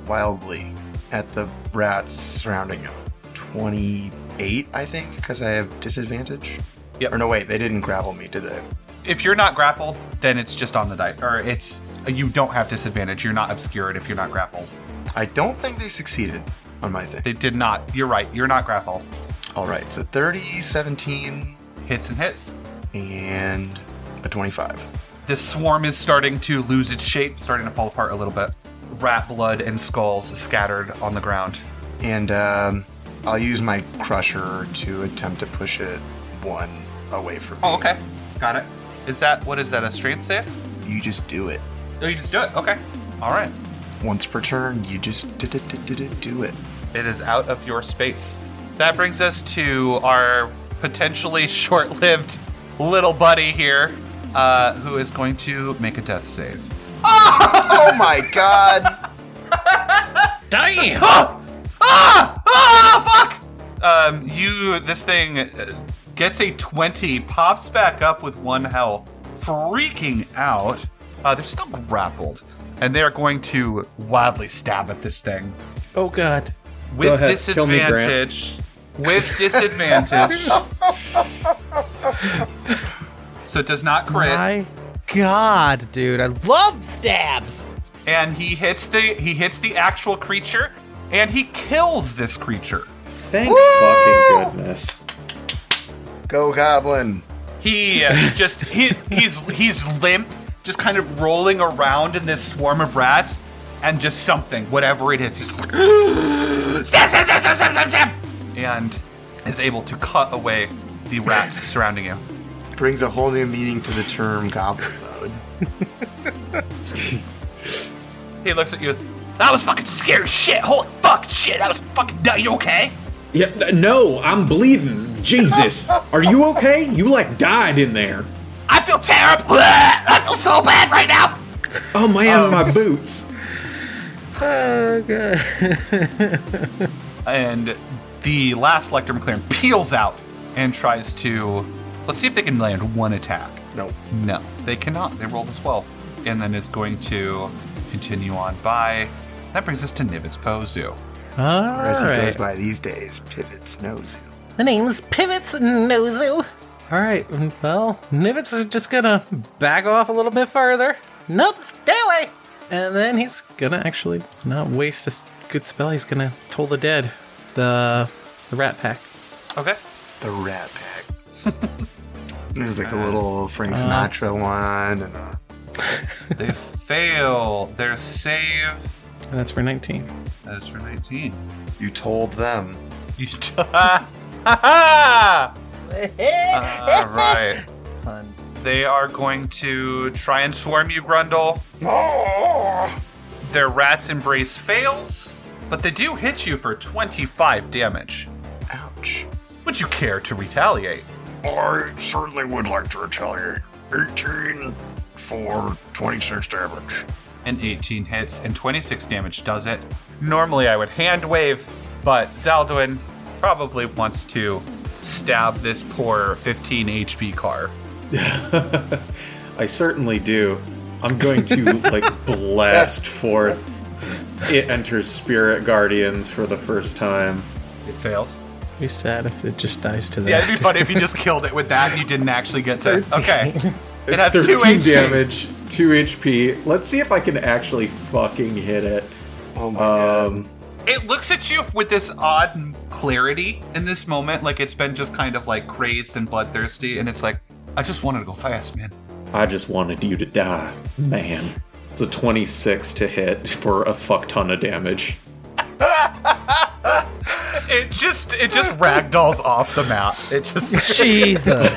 H: wildly at the rats surrounding him. 28, I think, because I have disadvantage.
F: Yep.
H: Or no, wait, they didn't grapple me, did they?
F: If you're not grappled, then it's just on the die, or it's you don't have disadvantage. You're not obscured if you're not grappled.
H: I don't think they succeeded on my thing.
F: They did not. You're right. You're not grappled.
H: All right, so 30, 17,
F: Hits and hits.
H: and a 25.
F: This swarm is starting to lose its shape, starting to fall apart a little bit. Rat blood and skulls scattered on the ground.
H: And um, I'll use my crusher to attempt to push it one away from me.
F: Oh, okay. Got it. Is that what is that a strength save?
H: You just do it.
F: Oh, you just do it. Okay. All right.
H: Once per turn, you just d- d- d- d- d- do it.
F: It is out of your space. That brings us to our potentially [LAUGHS] short-lived little buddy here, uh, who is going to make a death save.
H: Oh my god!
D: Damn!
F: Ah! Ah! Fuck! Um, you. This thing uh, gets a twenty, pops back up with one health, freaking out. Uh, they're still grappled, and they are going to wildly stab at this thing.
D: Oh god.
F: with
D: Go ahead, kill me, Grant.
F: disadvantage.
D: [LAUGHS]
F: with disadvantage. so it does not crit,
I: My God, dude, I love stabs.
F: and he hits the he hits the actual creature, and he kills this creature.
G: Thank fucking goodness.
H: Go, Goblin!
F: He uh, just he he's he's limp, just kind of rolling around in this swarm of rats, and just something, whatever it is, just like [GASPS]
J: Stab, stab, stab, stab, stab, stab, stab!
F: and is able to cut away the rats surrounding you.
H: Brings a whole new meaning to the term goblin mode.
F: He looks at you.
J: That was fucking scary shit. Holy fuck, shit. That was fucking. Are you okay?
G: Yeah, th- no, I'm bleeding.
F: [LAUGHS]
G: Jesus, are you okay? You like died in there.
J: I feel terrible.
F: [LAUGHS]
J: I feel so bad right now.
G: Oh man, my boots. [LAUGHS]
D: Oh god.
F: and the last Lecter McLaren peels out and tries to. Let's see if they can land one attack.
R: Nope.
F: No, they cannot. They rolled as well. And then is going to continue on by. That brings us to Nivet's Pozu.
D: All
R: Or as he goes
D: right.
R: by these days, Pivot's Nose.
D: The name's Pivots Nozu. All right. Well, Nivets is just gonna back off a little bit further. Nope, stay away. And then he's gonna actually not waste a s- good spell. He's gonna toll the dead, the the Rat Pack.
F: Okay.
R: The Rat Pack. [LAUGHS] There's like a little Frank Sinatra one and uh, a
D: [LAUGHS]
F: They fail their save.
D: And that's for 19.
F: That is for 19.
R: You told them.
F: You. [LAUGHS] ha ha! All right. They are going to try and swarm you, Grundle. Their rat's embrace fails, but they do hit you for 25 damage.
R: Ouch.
F: Would you care to retaliate?
E: I certainly would like to retaliate. 18 for 26 damage.
F: And 18 hits and 26 damage does it. Normally I would hand wave, but Zaldwin probably wants to stab this poor 15 HP car.
G: I certainly do. I'm going to
F: [LAUGHS]
G: like blast forth. It enters Spirit Guardians for the first time.
F: It fails.
D: Be sad if it just dies to that.
F: Yeah, it'd be funny if you just killed it with that and you didn't actually get to.
D: [LAUGHS]
F: Okay. It has
G: 13
F: two HP.
G: damage, 2 HP. Let's see if I can actually fucking hit it.
R: Oh my god.
G: Um,
F: It looks at you with this odd clarity in this moment, like it's been just kind of like crazed and bloodthirsty, and it's like, I just wanted to go fast, man.
G: I just wanted you to die. Man. It's a 26 to hit for a fuck ton of damage.
F: It just it
D: [LAUGHS]
F: just ragdolls off the map. It just
I: [LAUGHS]
A: Jesus.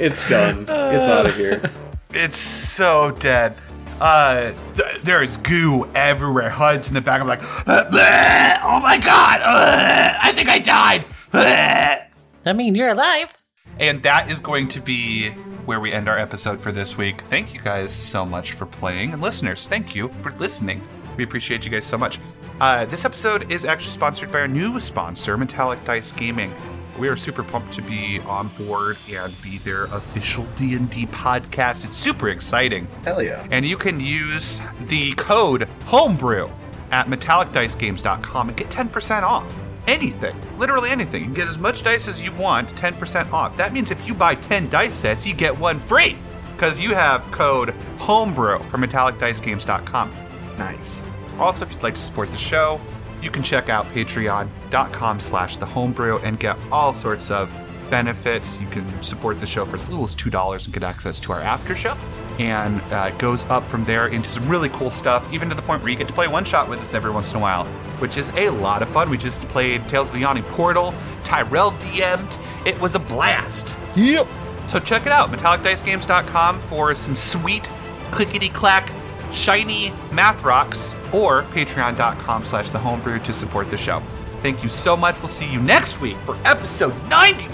G: It's done. it's
F: Uh.
G: out of here.
F: it's so dead. Uh, th- there is goo everywhere. Hud's in the back. I'm like, "Uh, bleh, oh my god, uh, I think I died. Bleh."
D: I mean, you're alive.
F: And that is going to be where we end our episode for this week. Thank you guys so much for playing. And listeners, thank you for listening. We appreciate you guys so much. Uh, this episode is actually sponsored by our new sponsor, Metallic Dice Gaming. We are super pumped to be on board and be their official D&D podcast. It's super exciting.
R: Hell yeah.
F: And you can use the code HOMEBREW at metallicdicegames.com and get 10% off. Anything, literally anything. You can get as much dice as you want, 10% off. That means if you buy 10 dice sets, you get one free because you have code HOMEBREW from metallicdicegames.com.
R: Nice.
F: Also, if you'd like to support the show, you can check out patreon.com slash the homebrew and get all sorts of benefits. You can support the show for as little as $2 and get access to our after show. And uh, it goes up from there into some really cool stuff, even to the point where you get to play one shot with us every once in a while, which is a lot of fun. We just played Tales of the Yawning Portal, Tyrell DM'd. It was a blast. Yep. So check it out, metallicdicegames.com for some sweet clickety clack shiny math rocks or patreon.com slash the homebrew to support the show thank you so much we'll see you next week for episode 91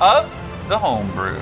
F: of the homebrew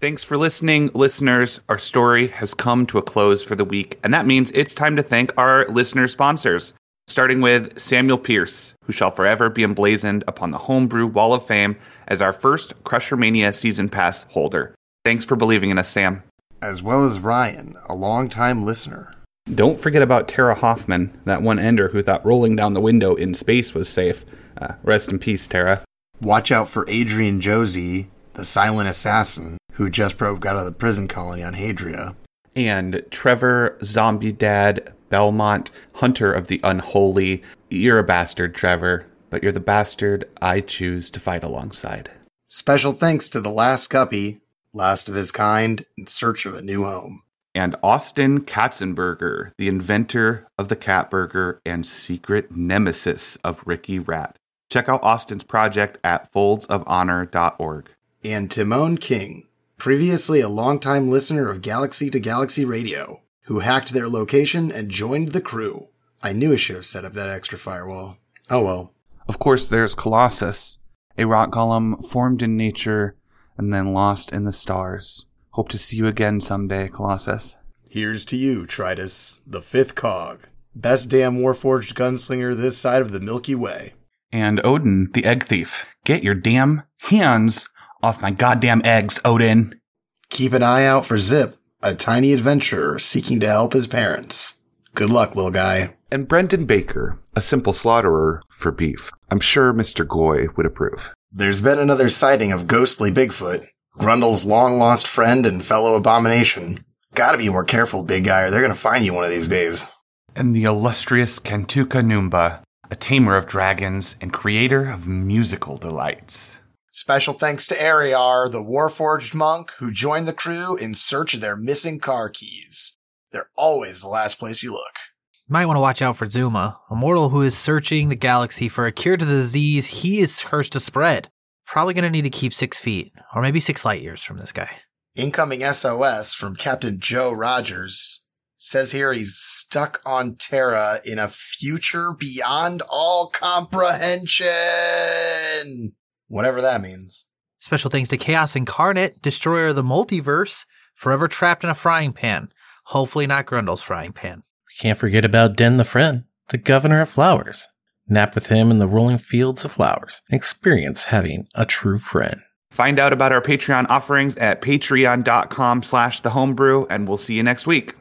F: Thanks for listening, listeners. Our story has come to a close for the week, and that means it's time to thank our listener sponsors, starting with Samuel Pierce, who shall forever be emblazoned upon the homebrew wall of fame as our first Crusher Mania season pass holder. Thanks for believing in us, Sam.
R: As well as Ryan, a longtime listener.
F: Don't forget about Tara Hoffman, that one ender who thought rolling down the window in space was safe. Uh, rest in peace, Tara.
R: Watch out for Adrian Josie, the silent assassin who just broke out of the prison colony on Hadria.
F: and Trevor, Zombie Dad, Belmont, Hunter of the Unholy. You're a bastard, Trevor, but you're the bastard I choose to fight alongside.
R: Special thanks to the last guppy, last of his kind, in search of a new home.
F: and Austin Katzenberger, the inventor of the cat burger and secret nemesis of Ricky Rat. Check out Austin's project at foldsofhonor.org.
H: And Timon King, previously a longtime listener of Galaxy to Galaxy Radio, who hacked their location and joined the crew. I knew I should have set up that extra firewall. Oh well.
F: Of course, there's Colossus, a rock golem formed in nature and then lost in the stars. Hope to see you again someday, Colossus.
H: Here's to you, Tritus, the fifth cog, best damn warforged gunslinger this side of the Milky Way.
F: And Odin, the egg thief. Get your damn hands off my goddamn eggs, Odin.
H: Keep an eye out for Zip, a tiny adventurer seeking to help his parents. Good luck, little guy.
F: And Brendan Baker, a simple slaughterer for beef. I'm sure Mr. Goy would approve.
H: There's been another sighting of ghostly Bigfoot, Grundle's long lost friend and fellow abomination. Gotta be more careful, big guy, or they're gonna find you one of these days.
F: And the illustrious Kantuka Numba, a tamer of dragons and creator of musical delights.
H: Special thanks to Ariar, the Warforged monk, who joined the crew in search of their missing car keys. They're always the last place you look.
D: Might want to watch out for Zuma, a mortal who is searching the galaxy for a cure to the disease he is cursed to spread. Probably going to need to keep six feet, or maybe six light years from this guy.
H: Incoming SOS from Captain Joe Rogers says here he's stuck on Terra in a future beyond all comprehension. Whatever that means.
D: Special thanks to Chaos Incarnate, Destroyer of the Multiverse, forever trapped in a frying pan. Hopefully not Grundle's frying pan.
C: Can't forget about Den the Friend, the governor of flowers. Nap with him in the rolling fields of flowers. Experience having a true friend.
F: Find out about our Patreon offerings at patreon.com slash thehomebrew, and we'll see you next week.